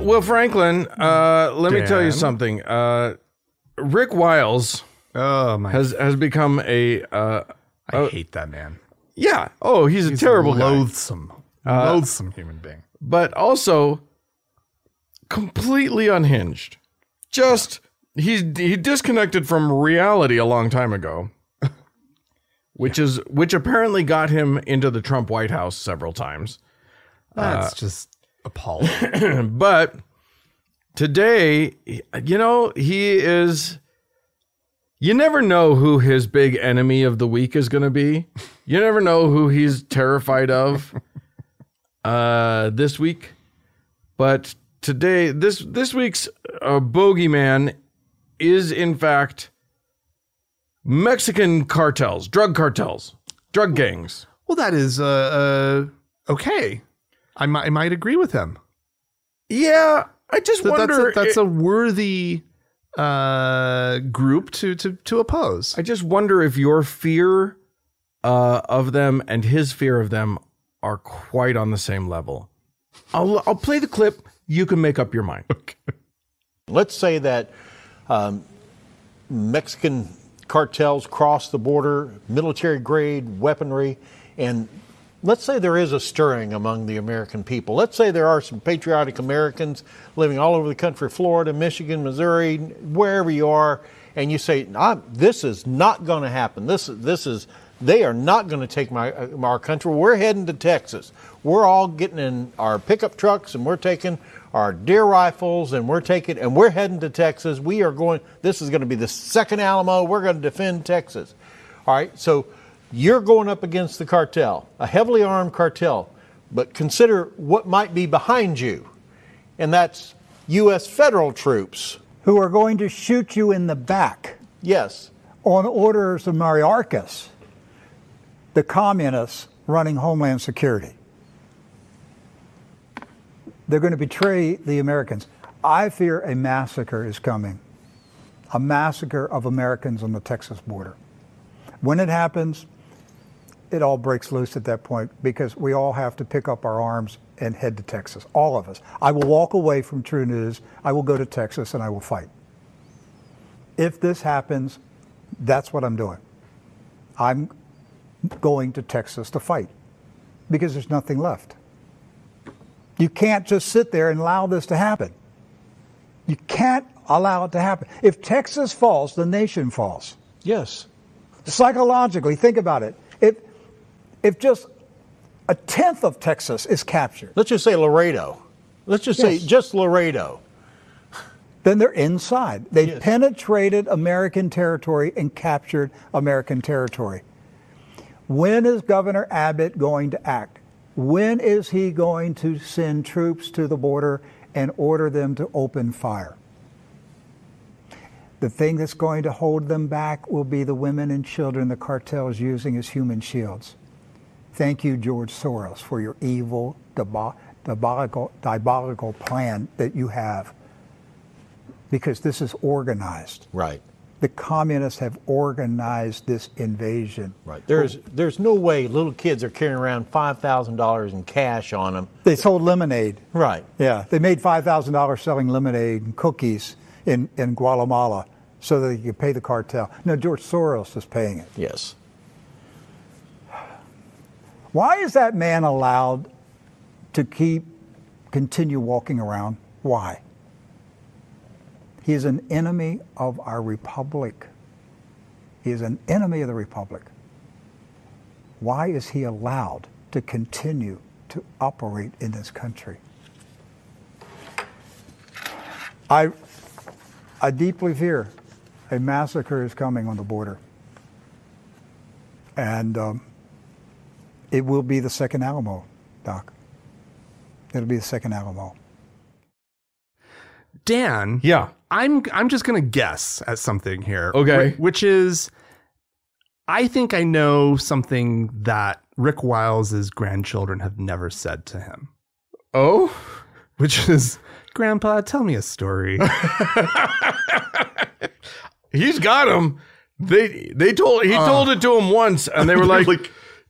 S2: Well, Franklin, uh, let me tell you
S1: Dan?
S2: something. Uh, Rick Wiles
S1: Oh my!
S2: has has become a uh,
S1: I hate that man.
S2: yeah. Oh, he's a terrible guy. Uh,
S1: loathsome, loathsome human being.
S2: but also completely unhinged. Just he he disconnected from reality a long time ago, which is which apparently got him into the Trump White House several times. uh,
S1: That's just appalling.
S2: But today, you know, he is. You never know who his big enemy of the week is going to be. You never know who he's terrified of uh, this week. But today, this this week's uh, bogeyman is in fact Mexican cartels, drug cartels, drug gangs.
S1: well, that is uh, uh okay. I might, I might agree with him.
S2: Yeah, I just
S1: That-
S2: wonder.
S1: that's a, that's
S2: i-
S1: a worthy uh group to to to oppose.
S2: I just wonder if your fear uh, of them and his fear of them are quite on the same level. I'll, I'll play the clip. You can make up your mind.
S3: Let's say that um, Mexican cartels cross the border, military grade weaponry, and let's say there is a stirring among the American people. Let's say there are some patriotic Americans living all over the country Florida, Michigan, Missouri, wherever you are, and you say, I'm, This is not going to happen. This, this is. They are not going to take my, uh, our country. We're heading to Texas. We're all getting in our pickup trucks and we're taking our deer rifles and we're taking and we're heading to Texas. We are going. This is going to be the second Alamo. We're going to defend Texas. All right. So you're going up against the cartel, a heavily armed cartel, but consider what might be behind you, and that's U.S. federal troops.
S4: who are going to shoot you in the back
S3: Yes.
S4: on orders of Mariarchus, the communists running Homeland Security. They're going to betray the Americans. I fear a massacre is coming, a massacre of Americans on the Texas border. When it happens, it all breaks loose at that point because we all have to pick up our arms and head to Texas, all of us. I will walk away from True News. I will go to Texas and I will fight. If this happens, that's what I'm doing. I'm going to Texas to fight because there's nothing left. You can't just sit there and allow this to happen. You can't allow it to happen. If Texas falls, the nation falls.
S3: Yes.
S4: Psychologically, think about it. If, if just a tenth of Texas is captured,
S3: Let's just say Laredo. Let's just say
S4: Yes.
S3: just Laredo.
S4: then they're inside. They
S3: Yes.
S4: penetrated American territory and captured American territory. When is Governor Abbott going to act? When is he going to send troops to the border and order them to open fire? The thing that's going to hold them back will be the women and children the cartel's using as human shields. Thank you, George Soros, for your evil, diabo- diabolical, diabolical plan that you have because this is organized.
S3: Right.
S4: The communists have organized this invasion.
S3: Right. There's there's no way little kids are carrying around five thousand dollars in cash on them.
S4: They sold lemonade.
S3: Right.
S4: Yeah, they made $5,000 selling lemonade and cookies in, in Guatemala so that they could pay the cartel. No, George Soros is paying it.
S3: Yes.
S4: Why is that man allowed to keep, continue walking around? Why? He is an enemy of our republic. He is an enemy of the republic. Why is he allowed to continue to operate in this country? I, I deeply fear a massacre is coming on the border. And um, it will be the second Alamo, Doc. It'll be the second Alamo.
S1: Dan,
S2: Yeah.
S1: I'm I'm just gonna guess at something here. whi-
S2: Okay.
S1: which is, I think I know something that Rick Wiles's grandchildren have never said to him,
S2: Oh,
S1: which is, Grandpa, tell me a story.
S2: he's got him. They they told he told it to him once, and they were like,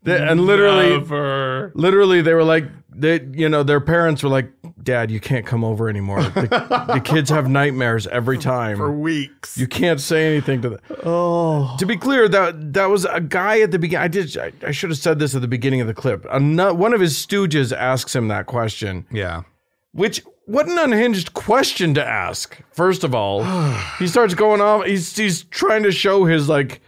S2: they- and literally,
S1: Never.
S2: literally, they were like, they you know their parents were like, Dad, you can't come over anymore. The, the kids have nightmares every time.
S1: for weeks.
S2: You can't say anything to them.
S1: oh,
S2: To be clear, that that was a guy at the beginning. I did. I, I should have said this at the beginning of the clip. Ano- one of his stooges asks him that question,
S1: yeah.
S2: which what an unhinged question to ask. First of all, he starts going off. He's he's trying to show his like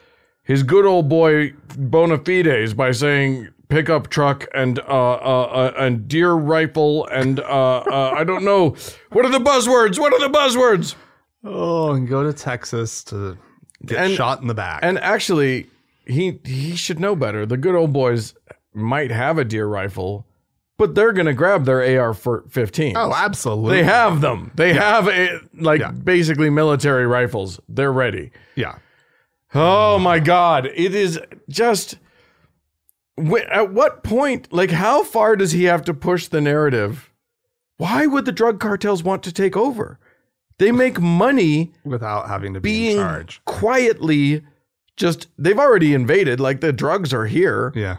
S2: his good old boy bona fides by saying pickup truck and uh, uh, uh and deer rifle and uh, uh I don't know what are the buzzwords? What are the buzzwords?
S1: Oh, and go to Texas to get
S2: And-
S1: shot in the back.
S2: And actually, he he should know better. The good old boys might have a deer rifle, but they're gonna grab their AR fifteen.
S1: oh, absolutely.
S2: they have them. They have a, like
S1: Yeah.
S2: basically military rifles. They're ready.
S1: Yeah.
S2: Oh my god! It is just. wh- At what point, like, how far does he have to push the narrative? Why would the drug cartels want to take over? They make money
S1: Without having to be
S2: being
S1: in charge.
S2: quietly just they've already invaded like the drugs are here
S1: Yeah.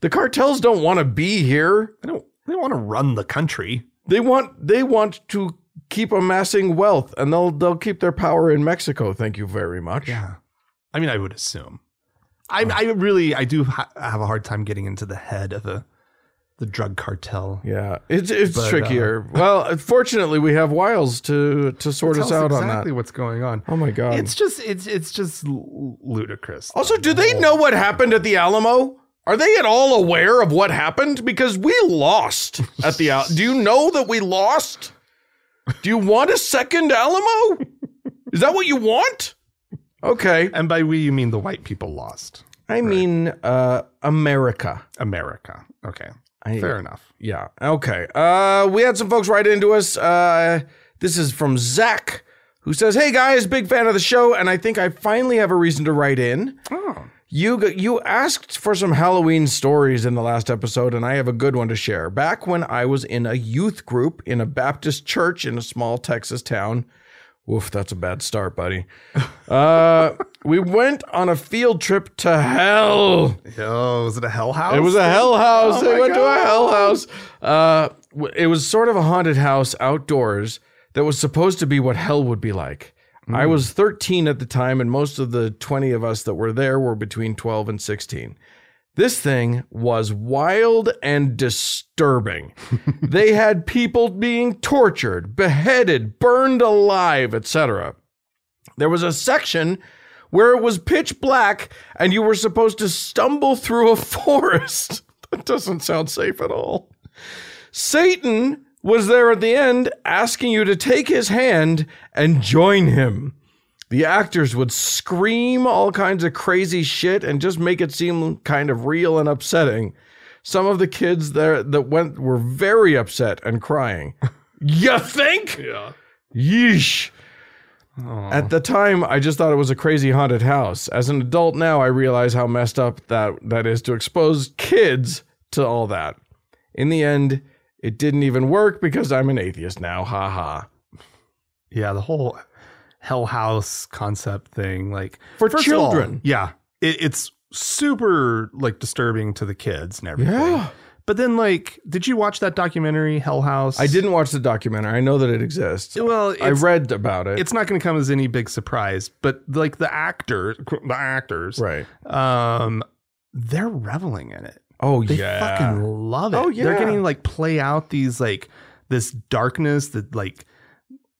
S2: the cartels don't want to be here
S1: They don't, they don't want to run the country.
S2: they want they want to keep amassing wealth and they'll they'll keep their power in mexico thank you very much
S1: Yeah. I mean, I would assume. I, I really, I do ha- have a hard time getting into the head of the, the drug cartel.
S2: yeah it's it's
S1: But, uh,
S2: trickier well fortunately we have wiles to to sort us
S1: Tell
S2: out on
S1: exactly
S2: that
S1: what's going on.
S2: oh my god
S1: It's just, it's, it's just l- ludicrous.
S2: also do they know what happened at the alamo are they at all aware of what happened because we lost at the Al- do you know that we lost do you want a second alamo is that what you want okay
S1: And by we, you mean the white people lost
S2: i mean uh america
S1: America. Okay.
S2: I-
S1: Fair enough.
S2: Yeah. Okay. Uh, we had some folks write into us. Uh, this is from Zach, who says, "Hey guys, big fan of the show, and I think I finally have a reason to write in.
S1: Oh.
S2: You g- you asked for some Halloween stories in the last episode, and I have a good one to share. Back when I was in a youth group in a Baptist church in a small Texas town. Woof, that's a bad start, buddy. Uh, we went on a field trip to hell.
S1: Oh, was it a hell house?
S2: It was a hell house.
S1: Oh
S2: they
S1: my
S2: went to a
S1: God.
S2: hell house. Uh, w- it was sort of a haunted house outdoors that was supposed to be what hell would be like.
S1: Hmm.
S2: I was 13 at the time, and most of the 20 of us that were there were between 12 and 16. This thing was wild and disturbing. they had people being tortured, beheaded, burned alive, etc. There was a section where it was pitch black and you were supposed to stumble through a forest. that doesn't sound safe at all. Satan was there at the end asking you to take his hand and join him. The actors would scream all kinds of crazy shit and just make it seem kind of real and upsetting. Some of the kids there that went were very upset and crying. you think? Yeah. Yeesh. At the time, I just thought it was a crazy haunted house. As an adult now, I realize how messed up that that is to expose kids to all that. In the end, it didn't even work because I'm an atheist now. Ha ha.
S1: Yeah, the whole hell house concept thing, like
S2: For
S1: first of all,
S2: children.
S1: yeah, it, it's super like disturbing to the kids and everything.
S2: Yeah.
S1: But then, like, did you watch that documentary Hell House?
S2: I didn't watch the documentary. I know that it exists.
S1: Well,
S2: I
S1: it's-
S2: read about it.
S1: It's not going to come as any big surprise, but like the actor, the actors,
S2: right.
S1: Um, they're reveling in it.
S2: Oh
S1: They
S2: yeah.
S1: fucking love it.
S2: Oh,
S1: They're
S2: yeah.
S1: getting like play out these like this darkness that like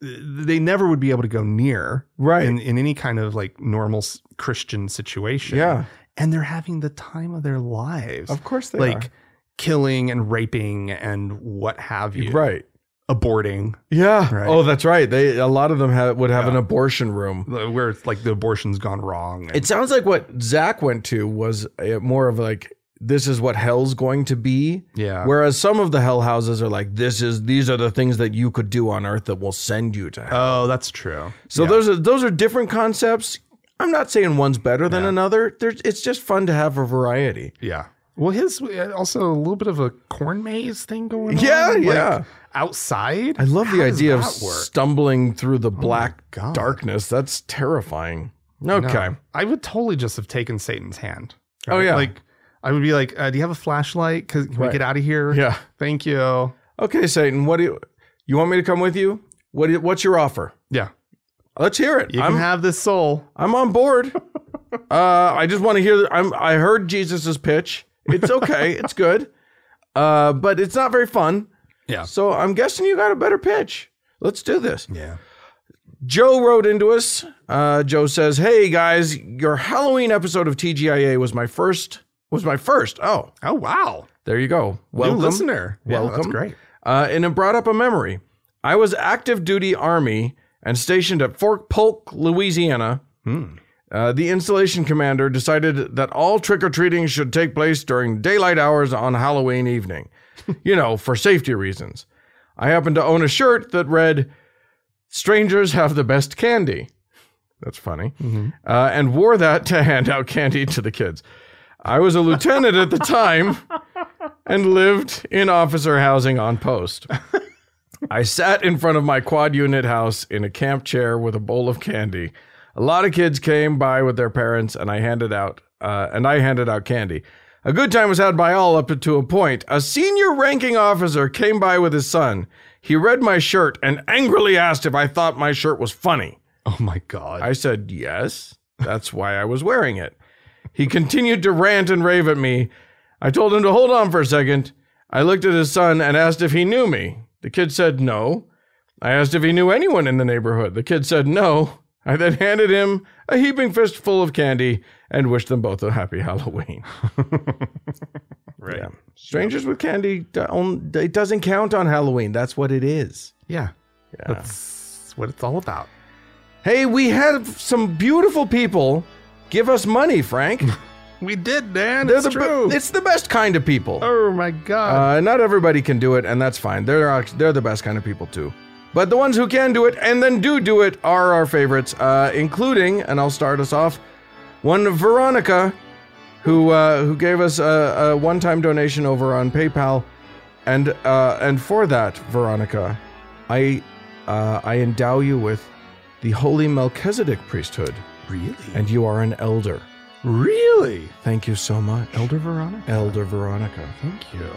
S1: they never would be able to go near
S2: Right.
S1: in, in any kind of like normal s- Christian situation.
S2: Yeah.
S1: And they're having the time of their lives.
S2: Of course they
S1: like killing and raping and what have you.
S2: are. Right.
S1: Aborting
S2: Yeah.
S1: Right.
S2: Oh, that's right. They a lot of them have, would have an abortion room.
S1: where it's like the abortion's gone wrong. and-
S2: It sounds like what Zach went to was uh, more of like this is what hell's going to be.
S1: yeah.
S2: Whereas some of the hell houses are like this is these are the things that you could do on earth that will send you to hell.
S1: oh, that's true.
S2: so
S1: yeah.
S2: those are those are different concepts. I'm not saying one's better than another. There's, it's just fun to have a variety.
S1: Yeah. Well, his uh, also a little bit of a corn maze thing going
S2: Yeah,
S1: on.
S2: yeah.
S1: Outside.
S2: I love the
S1: How does
S2: idea of
S1: that work?
S2: stumbling through the black
S1: God.
S2: darkness. That's terrifying. Okay.
S1: No, I would totally just have taken Satan's hand.
S2: Oh, yeah.
S1: Like I would be like, uh, "Do you have a flashlight? 'Cause can
S2: Right.
S1: we get out of here?"
S2: Yeah.
S1: Thank you.
S2: Okay, Satan. What do you you want me to come with you? What do you- what's your offer?
S1: Yeah.
S2: Let's hear it.
S1: You
S2: I'm
S1: can have this soul.
S2: I'm on board. uh, I just want to hear. I'm. I heard Jesus's pitch. It's okay. it's good. Uh, but it's not very fun.
S1: Yeah.
S2: So I'm guessing you got a better pitch. Let's do this.
S1: Yeah.
S2: Joe wrote into us. Uh, Joe says, "Hey guys, your Halloween episode of TGIA was my first. Was my first. Oh,
S1: Oh wow.
S2: there you go. Welcome,
S1: New listener.
S2: Welcome.
S1: Yeah, that's great.
S2: Uh, and it brought up a memory. I was active duty Army and stationed at Fort Polk, Louisiana. Uh, the installation commander decided that all trick or treating should take place during daylight hours on Halloween evening, you know, for safety reasons. I happened to own a shirt that read, Strangers have the best candy. That's funny. Uh, and wore that to hand out candy to the kids. I was a lieutenant at the time and lived in officer housing on post. I sat in front of my quad unit house in a camp chair with a bowl of candy. A lot of kids came by with their parents, and I handed out uh, and I handed out candy. A good time was had by all up to a point. A senior ranking officer came by with his son. He read my shirt and angrily asked if I thought my shirt was funny.
S1: Oh my god.
S2: I said, Yes, that's why I was wearing it. He continued to rant and rave at me. I told him to hold on for a second. I looked at his son and asked if he knew me. The kid said no. I asked if he knew anyone in the neighborhood. The kid said no. I then handed him a heaping fistful of candy and wished them both a happy Halloween. right. Strangers with candy, don't- it doesn't count on Halloween. That's what it is.
S1: yeah.
S2: Yeah.
S1: That's what it's all about.
S2: Hey, we had some beautiful people give us money, Frank.
S1: We did, Dan.
S2: They're
S1: It's
S2: the be-
S1: true.
S2: it's the best kind of people.
S1: oh my god.
S2: Uh, not everybody can do it, and that's fine. They're act- they're the best kind of people too. But the ones who can do it and then do do it are our favorites, uh, including, and I'll start us off, one Veronica, who uh, who gave us a, a one-time donation over on PayPal, and uh, and for that, Veronica, I uh, I endow you with the holy Melchizedek priesthood,
S1: Really?
S2: and you are an elder.
S1: really?
S2: Thank you so much,
S1: Elder Veronica?
S2: Elder Veronica.
S1: Thank you.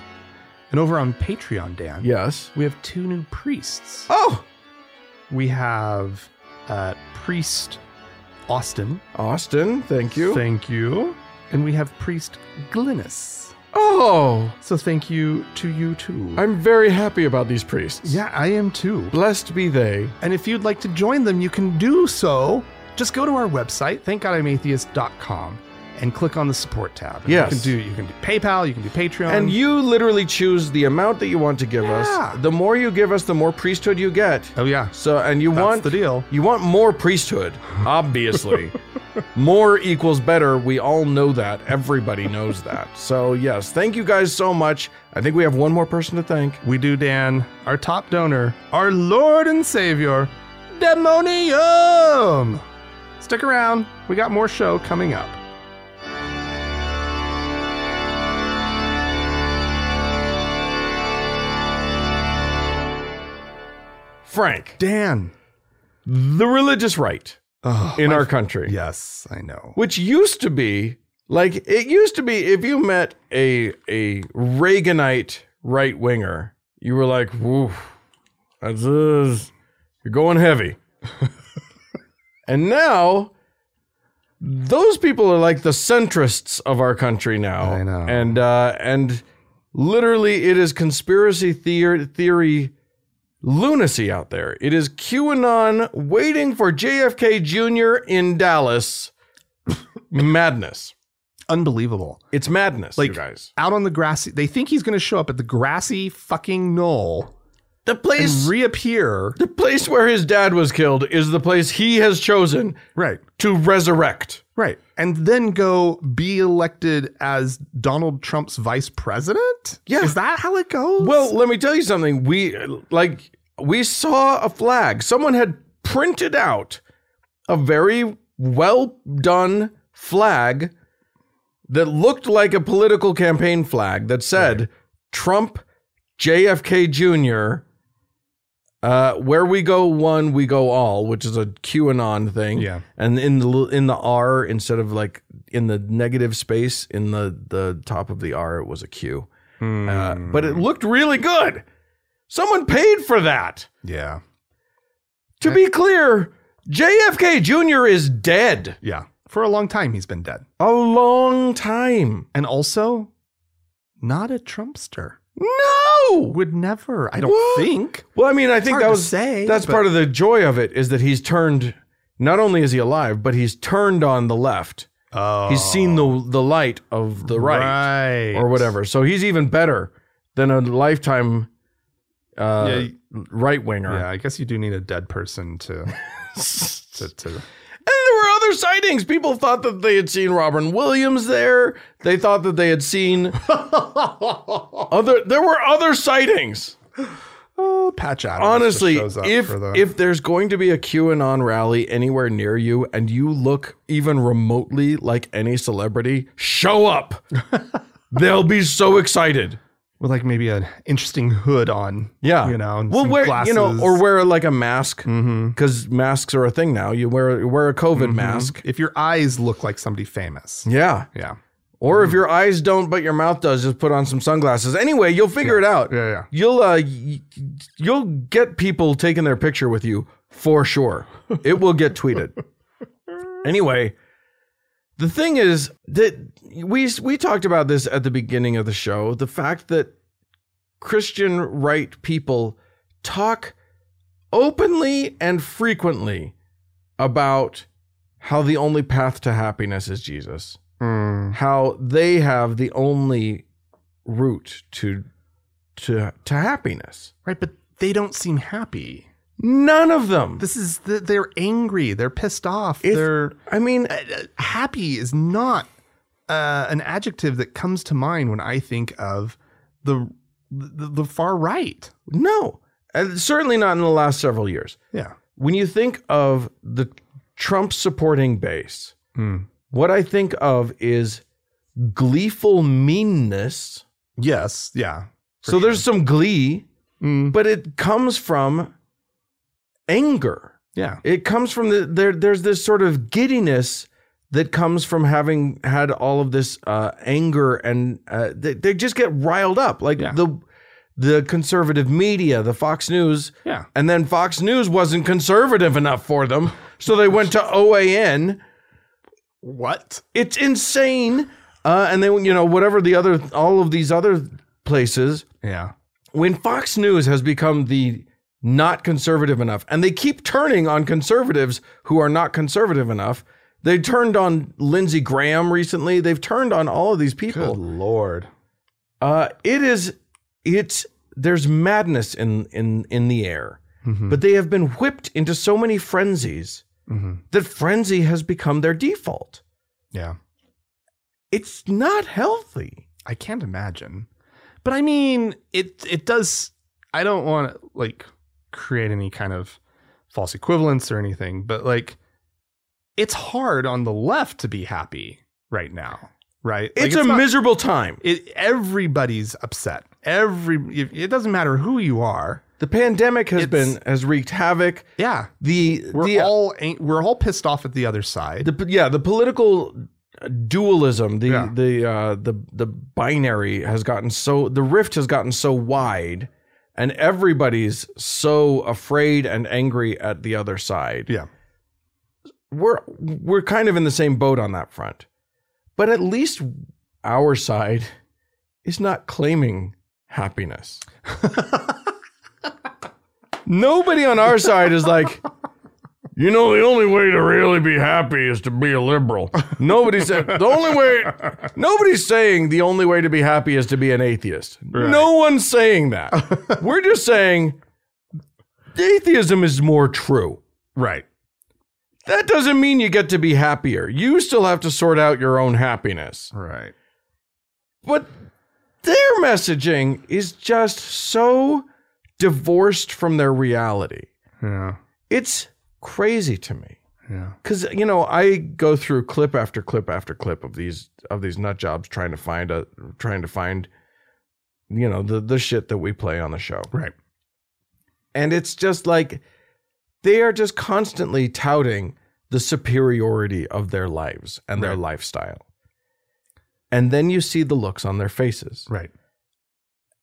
S1: And over on Patreon, Dan,
S2: Yes.
S1: we have two new priests.
S2: Oh,
S1: We have uh, Priest Austin.
S2: Austin. Thank you.
S1: Thank you. And we have Priest Glynis.
S2: oh,
S1: So thank you to you too.
S2: I'm very happy about these priests.
S1: yeah, Um, I am too.
S2: Blessed be they.
S1: And if you'd like to join them, you can do so. Just go to our website, thankgodimatheist.com, and click on the support tab. And
S2: Yes.
S1: You can do you can do PayPal, you can do Patreon.
S2: And you literally choose the amount that you want to give
S1: Yeah.
S2: us. The more you give us, the more priesthood you get.
S1: Oh yeah.
S2: So, and you
S1: That's
S2: want
S1: the deal.
S2: You want more priesthood, obviously. more equals better. We all know that. Everybody knows that. So, yes, thank you guys so much. I think we have one more person to thank.
S1: We do, Dan. Our top donor, our Lord and Savior, Demonium! Stick around, we got more show coming up.
S2: Frank,
S1: Dan!
S2: the religious right
S1: Oh,
S2: in our country,
S1: yes, I know.
S2: which used to be like it used to be if you met a a Reaganite right winger, you were like, "Woo, that's is, you're going heavy." and now those people are like the centrists of our country now.
S1: I know.
S2: And uh, and literally, it is conspiracy theory theory lunacy out there. It is QAnon waiting for JFK Jr. in Dallas. madness.
S1: Unbelievable.
S2: It's madness,
S1: Like,
S2: you guys.
S1: out on the grassy, they think he's going to show up at the grassy fucking knoll
S2: The place,
S1: and reappear.
S2: the place where his dad was killed, is the place he has chosen
S1: Right,
S2: to resurrect.
S1: right. And then go be elected as Donald Trump's vice president?
S2: Yeah.
S1: Is that how it goes?
S2: Well, let me tell you something. We like we saw a flag. Someone had printed out a very well done flag that looked like a political campaign flag that said Trump JFK Jr. Uh, where we go one, we go all, which is a QAnon thing.
S1: Yeah.
S2: and in the l- in the R instead of like in the negative space in the the top of the R, it was a Q. Uh,
S1: Hmm.
S2: but it looked really good. Someone paid for that.
S1: yeah,
S2: To be clear, JFK Jr. is dead.
S1: yeah. For a long time, he's been dead.
S2: A long time.
S1: And also, not a Trumpster.
S2: No.
S1: Would never. I don't
S2: What?
S1: think.
S2: Well, I mean, I think
S1: hard
S2: that
S1: to
S2: was
S1: say,
S2: that's
S1: but-
S2: part of the joy of it is that he's turned. Not only is he alive, but he's turned on the left.
S1: Oh,
S2: He's seen the the light of the right,
S1: right
S2: or whatever. So he's even better than a lifetime uh, right winger.
S1: Yeah, I guess you do need a dead person to to, to
S2: And "Eh, there were other sightings. People thought that they had seen Robin Williams there. They thought that they had seen other. There were other sightings.
S1: oh, patch out.
S2: Honestly, if if there's going to be a QAnon rally anywhere near you, and you look even remotely like any celebrity, show up. They'll be so excited.
S1: with like maybe an interesting hood on,
S2: Yeah,
S1: you know, and
S2: well,
S1: some
S2: wear you
S1: glasses.
S2: know, or wear like a mask because masks are a thing now. You wear wear a COVID
S1: Mm-hmm.
S2: mask.
S1: if your eyes look like somebody famous,
S2: Yeah,
S1: yeah,
S2: Or
S1: Mm-hmm.
S2: if your eyes don't, but your mouth does, just put on some sunglasses. Anyway, you'll figure it out.
S1: yeah, yeah.
S2: You'll uh, y- you'll get people taking their picture with you for sure. It will get tweeted. anyway, the thing is that we we talked about this at the beginning of the show. The fact that Christian right people talk openly and frequently about how the only path to happiness is Jesus
S1: Mm,
S2: how they have the only route to to to happiness.
S1: right. But they don't seem happy.
S2: None of them.
S1: This is the, they're angry. They're pissed off.
S2: It's-
S1: they're
S2: I mean,
S1: uh, happy is not uh, an adjective that comes to mind when I think of the the, the far right.
S2: no, And certainly not in the last several years.
S1: Yeah.
S2: When you think of the Trump supporting base,
S1: Hmm.
S2: what I think of is gleeful meanness.
S1: Yes. Yeah.
S2: So there's some glee,
S1: Mm,
S2: but it comes from anger.
S1: yeah.
S2: It comes from the there. There's this sort of giddiness that comes from having had all of this uh, anger, and uh, they, they just get riled up, like
S1: Yeah.
S2: the the conservative media, the Fox News,
S1: Yeah.
S2: and then Fox News wasn't conservative enough for them, so they went to OAN.
S1: What?
S2: It's insane. Uh, and then you know whatever the other all of these other places
S1: Yeah.
S2: when Fox News has become the not conservative enough, and they keep turning on conservatives who are not conservative enough. They turned on Lindsey Graham recently. They've turned on all of these
S1: Good
S2: people.
S1: lord.
S2: Uh, it is, it's there's madness in in in the air,
S1: Mm-hmm. Hmm.
S2: but they have been whipped into so many frenzies that frenzy has become their default.
S1: Mm-hmm. Yeah.
S2: It's not healthy.
S1: I can't imagine. But I mean, it it does. I don't want to like create any kind of false equivalence or anything, but like, it's hard on the left to be happy right now, right? Like,
S2: It's, a
S1: not-
S2: miserable time.
S1: It, everybody's upset. Every it, it doesn't matter who you are.
S2: The pandemic has
S1: It's-
S2: been has wreaked havoc.
S1: Yeah,
S2: The
S1: we're
S2: the uh,
S1: all ang- we're all pissed off at the other side.
S2: the yeah the political dualism the
S1: Yeah.
S2: the uh the the binary has gotten so the rift has gotten so wide and everybody's so afraid and angry at the other side
S1: yeah,
S2: we're we're kind of in the same boat on that front but at least our side is not claiming happiness nobody on our side is like you know the only way to really be happy is to be a liberal nobody said the only way nobody's saying the only way to be happy is to be an atheist no one's saying that we're just saying atheism is more true
S1: right.
S2: that doesn't mean you get to be happier. You still have to sort out your own happiness.
S1: Right.
S2: But their messaging is just so divorced from their reality.
S1: Yeah.
S2: It's crazy to me.
S1: Yeah.
S2: Cuz you know, I go through clip after clip after clip of these of these nut jobs trying to find a trying to find you know, the the shit that we play on the show.
S1: Right.
S2: And it's just like they are just constantly touting the superiority of their lives and their
S1: Right.
S2: lifestyle. And then you see the looks on their faces.
S1: Right.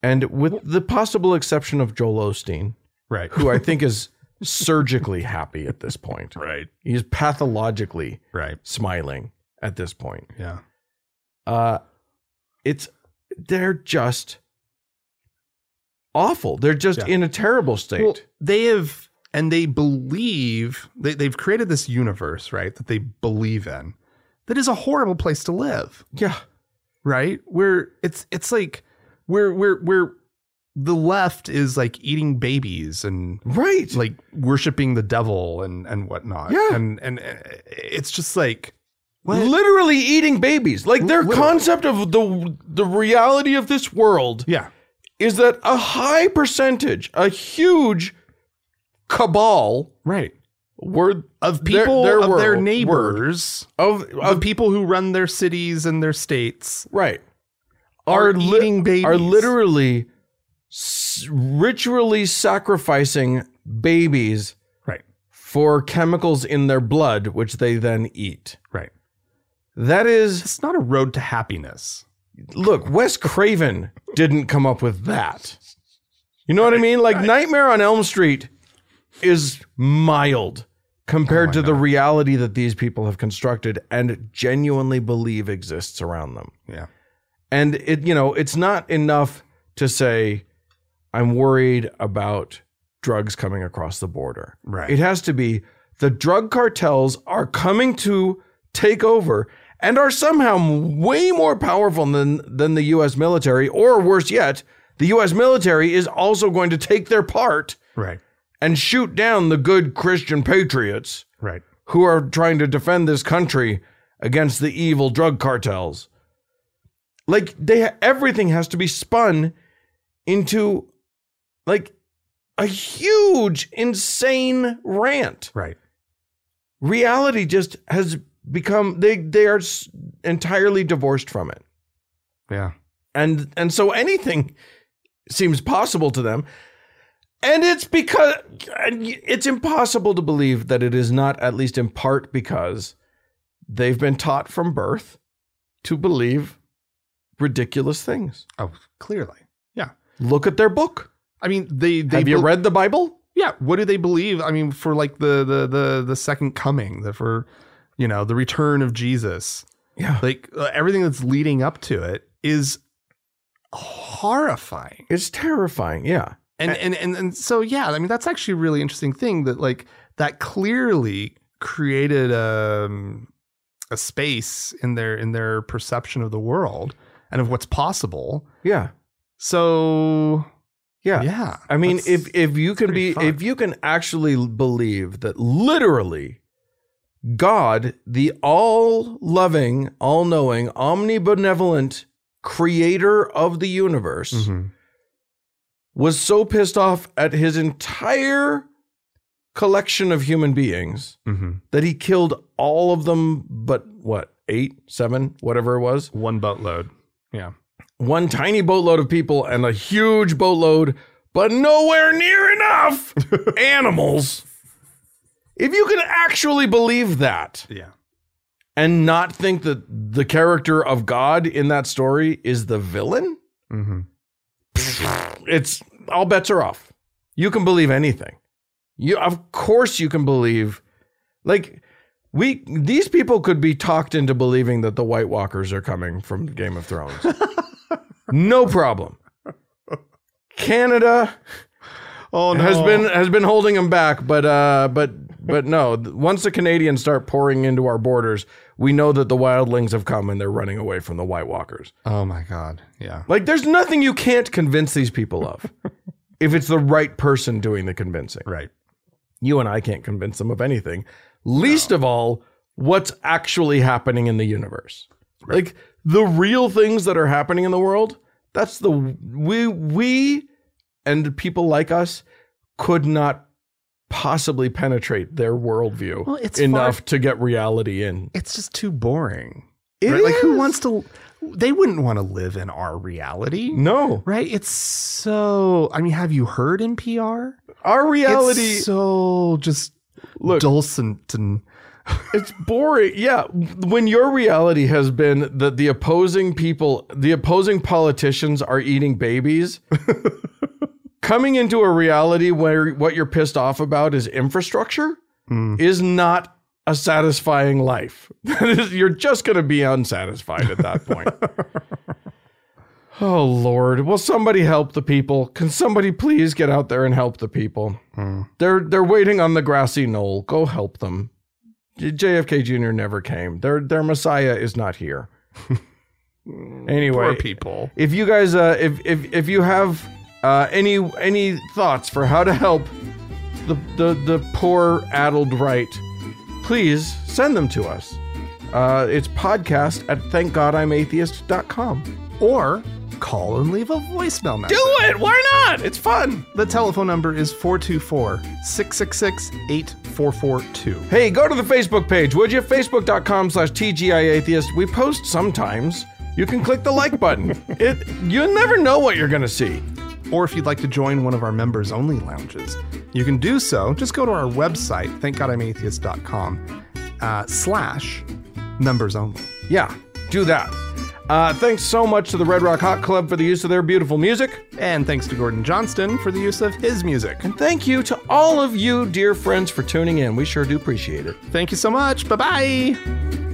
S2: And with the possible exception of Joel Osteen,
S1: Right.
S2: who I think is surgically happy at this point,
S1: right.
S2: he's pathologically
S1: Right.
S2: smiling at this point.
S1: Yeah.
S2: Uh, it's they're just awful. They're just
S1: Yeah.
S2: in a terrible state.
S1: Well, they have, and they believe they, they've created this universe, right? That they believe in. That is a horrible place to live,
S2: yeah.
S1: right? Where it's it's like where where where the left is like eating babies and
S2: Right.
S1: like worshiping the devil and and whatnot.
S2: Yeah.
S1: and and uh, it's just like what?
S2: literally eating babies. Like their
S1: Literally.
S2: concept of the the reality of this world
S1: yeah,
S2: is that a high percentage, a huge cabal
S1: right.
S2: were
S1: Of people, of their
S2: world- word,
S1: neighbors,
S2: of,
S1: of
S2: of
S1: people who run their cities and their states,
S2: right
S1: are,
S2: li-
S1: eating babies.
S2: are literally s- ritually sacrificing babies
S1: right,
S2: for chemicals in their blood, which they then eat.
S1: right.
S2: That is
S1: It's not a road to happiness.
S2: look, Wes Craven didn't come up with that. You know what I mean? Like Nightmare on Elm Street is mild compared to the reality that these people have constructed and genuinely believe exists around them.
S1: Yeah.
S2: And it, you know, it's not enough to say, I'm worried about drugs coming across the border.
S1: Right.
S2: It has to be the drug cartels are coming to take over and are somehow way more powerful than than the US military or worse yet, the US military is also going to take their part
S1: Right.
S2: and shoot down the good Christian patriots
S1: Right.
S2: who are trying to defend this country against the evil drug cartels. Like they everything has to be spun into like a huge insane rant.
S1: Right.
S2: Reality just has become they they are s- entirely divorced from it.
S1: Yeah.
S2: and and so anything seems possible to them and it's because and y- it's impossible to believe that it is not at least in part because they've been taught from birth to believe ridiculous things
S1: Oh, clearly. Yeah.
S2: look at their book
S1: I mean, they they
S2: have you
S1: bel-
S2: read the bible
S1: yeah what do they believe i mean for like the the the, the second coming the for you know the return of jesus
S2: yeah
S1: like uh, everything that's leading up to it is horrifying
S2: it's terrifying yeah
S1: and and and, and so yeah i mean that's actually a really interesting thing that like that clearly created um a space in their in their perception of the world and of what's possible
S2: yeah
S1: so
S2: yeah,
S1: yeah
S2: I mean,
S1: that's-
S2: if if you can
S1: pretty
S2: be,
S1: fun.
S2: if you can actually believe that literally God, the all loving, all knowing, omnibenevolent creator of the universe,
S1: Mhm.
S2: was so pissed off at his entire collection of human beings
S1: Mhm.
S2: that he killed all of them, but what, eight, seven, whatever it was,
S1: one buttload yeah
S2: one tiny boatload of people and a huge boatload, but nowhere near enough animals. If you can actually believe that
S1: yeah
S2: and not think that the character of God in that story is the villain,
S1: hmm
S2: it's all bets are off. You can believe anything. You of course you can believe like we these people could be talked into believing that the White Walkers are coming from Game of Thrones. no problem. Canada
S1: oh no
S2: has been has been holding them back, but uh but but no, th- once the Canadians start pouring into our borders, we know that the wildlings have come and they're running away from the White Walkers.
S1: Oh my god. Yeah.
S2: Like, there's nothing you can't convince these people of if it's the right person doing the convincing.
S1: Right.
S2: You and I can't convince them of anything, least of all, what's actually happening in the universe. Like, the real things that are happening in the world, that's the we, we and people like us could not possibly penetrate their worldview
S1: Well, it's
S2: enough
S1: far-
S2: to get reality in.
S1: It's just too boring.
S2: It
S1: right? Like who
S2: is.
S1: wants to they wouldn't want to live in our reality.
S2: No,
S1: Right? It's so I mean, have you heard NPR?
S2: our reality.
S1: It's so just
S2: Look.
S1: dulcet and
S2: It's boring. Yeah. When your reality has been that the opposing people, the opposing politicians are eating babies, coming into a reality where what you're pissed off about is infrastructure is not a satisfying life. That is- you're just going to be unsatisfied at that point. oh, Lord. Will somebody help the people? Can somebody please get out there and help the people? They're, they're waiting on the grassy knoll. Go help them. J- JFK Jr. never came. Their their Messiah is not here. anyway,
S1: poor people.
S2: if you guys uh, if, if if you have uh, any any thoughts for how to help the the, the poor addled right, please send them to us. Uh, it's podcast at thankgodimatheist.com.
S1: Or call and leave a voicemail message.
S2: it! Why not? It's fun.
S1: The telephone number is 424-666-8442.
S2: Hey, go to the Facebook page, would you? Facebook.com slash TGIAtheist. We post sometimes. You can click the like button. It You'll never know what you're going to see.
S1: Or if you'd like to join one of our members only lounges, you can do so. Just go to our website, thankgodimatheist.com uh, slash members only.
S2: Yeah, do that. Uh, thanks so much to the Red Rock Hot Club for the use of their beautiful music.
S1: And thanks to Gordon Johnston for the use of his music.
S2: And thank you to all of you, dear friends, for tuning in. We sure do appreciate it.
S1: Thank you so much. Bye bye.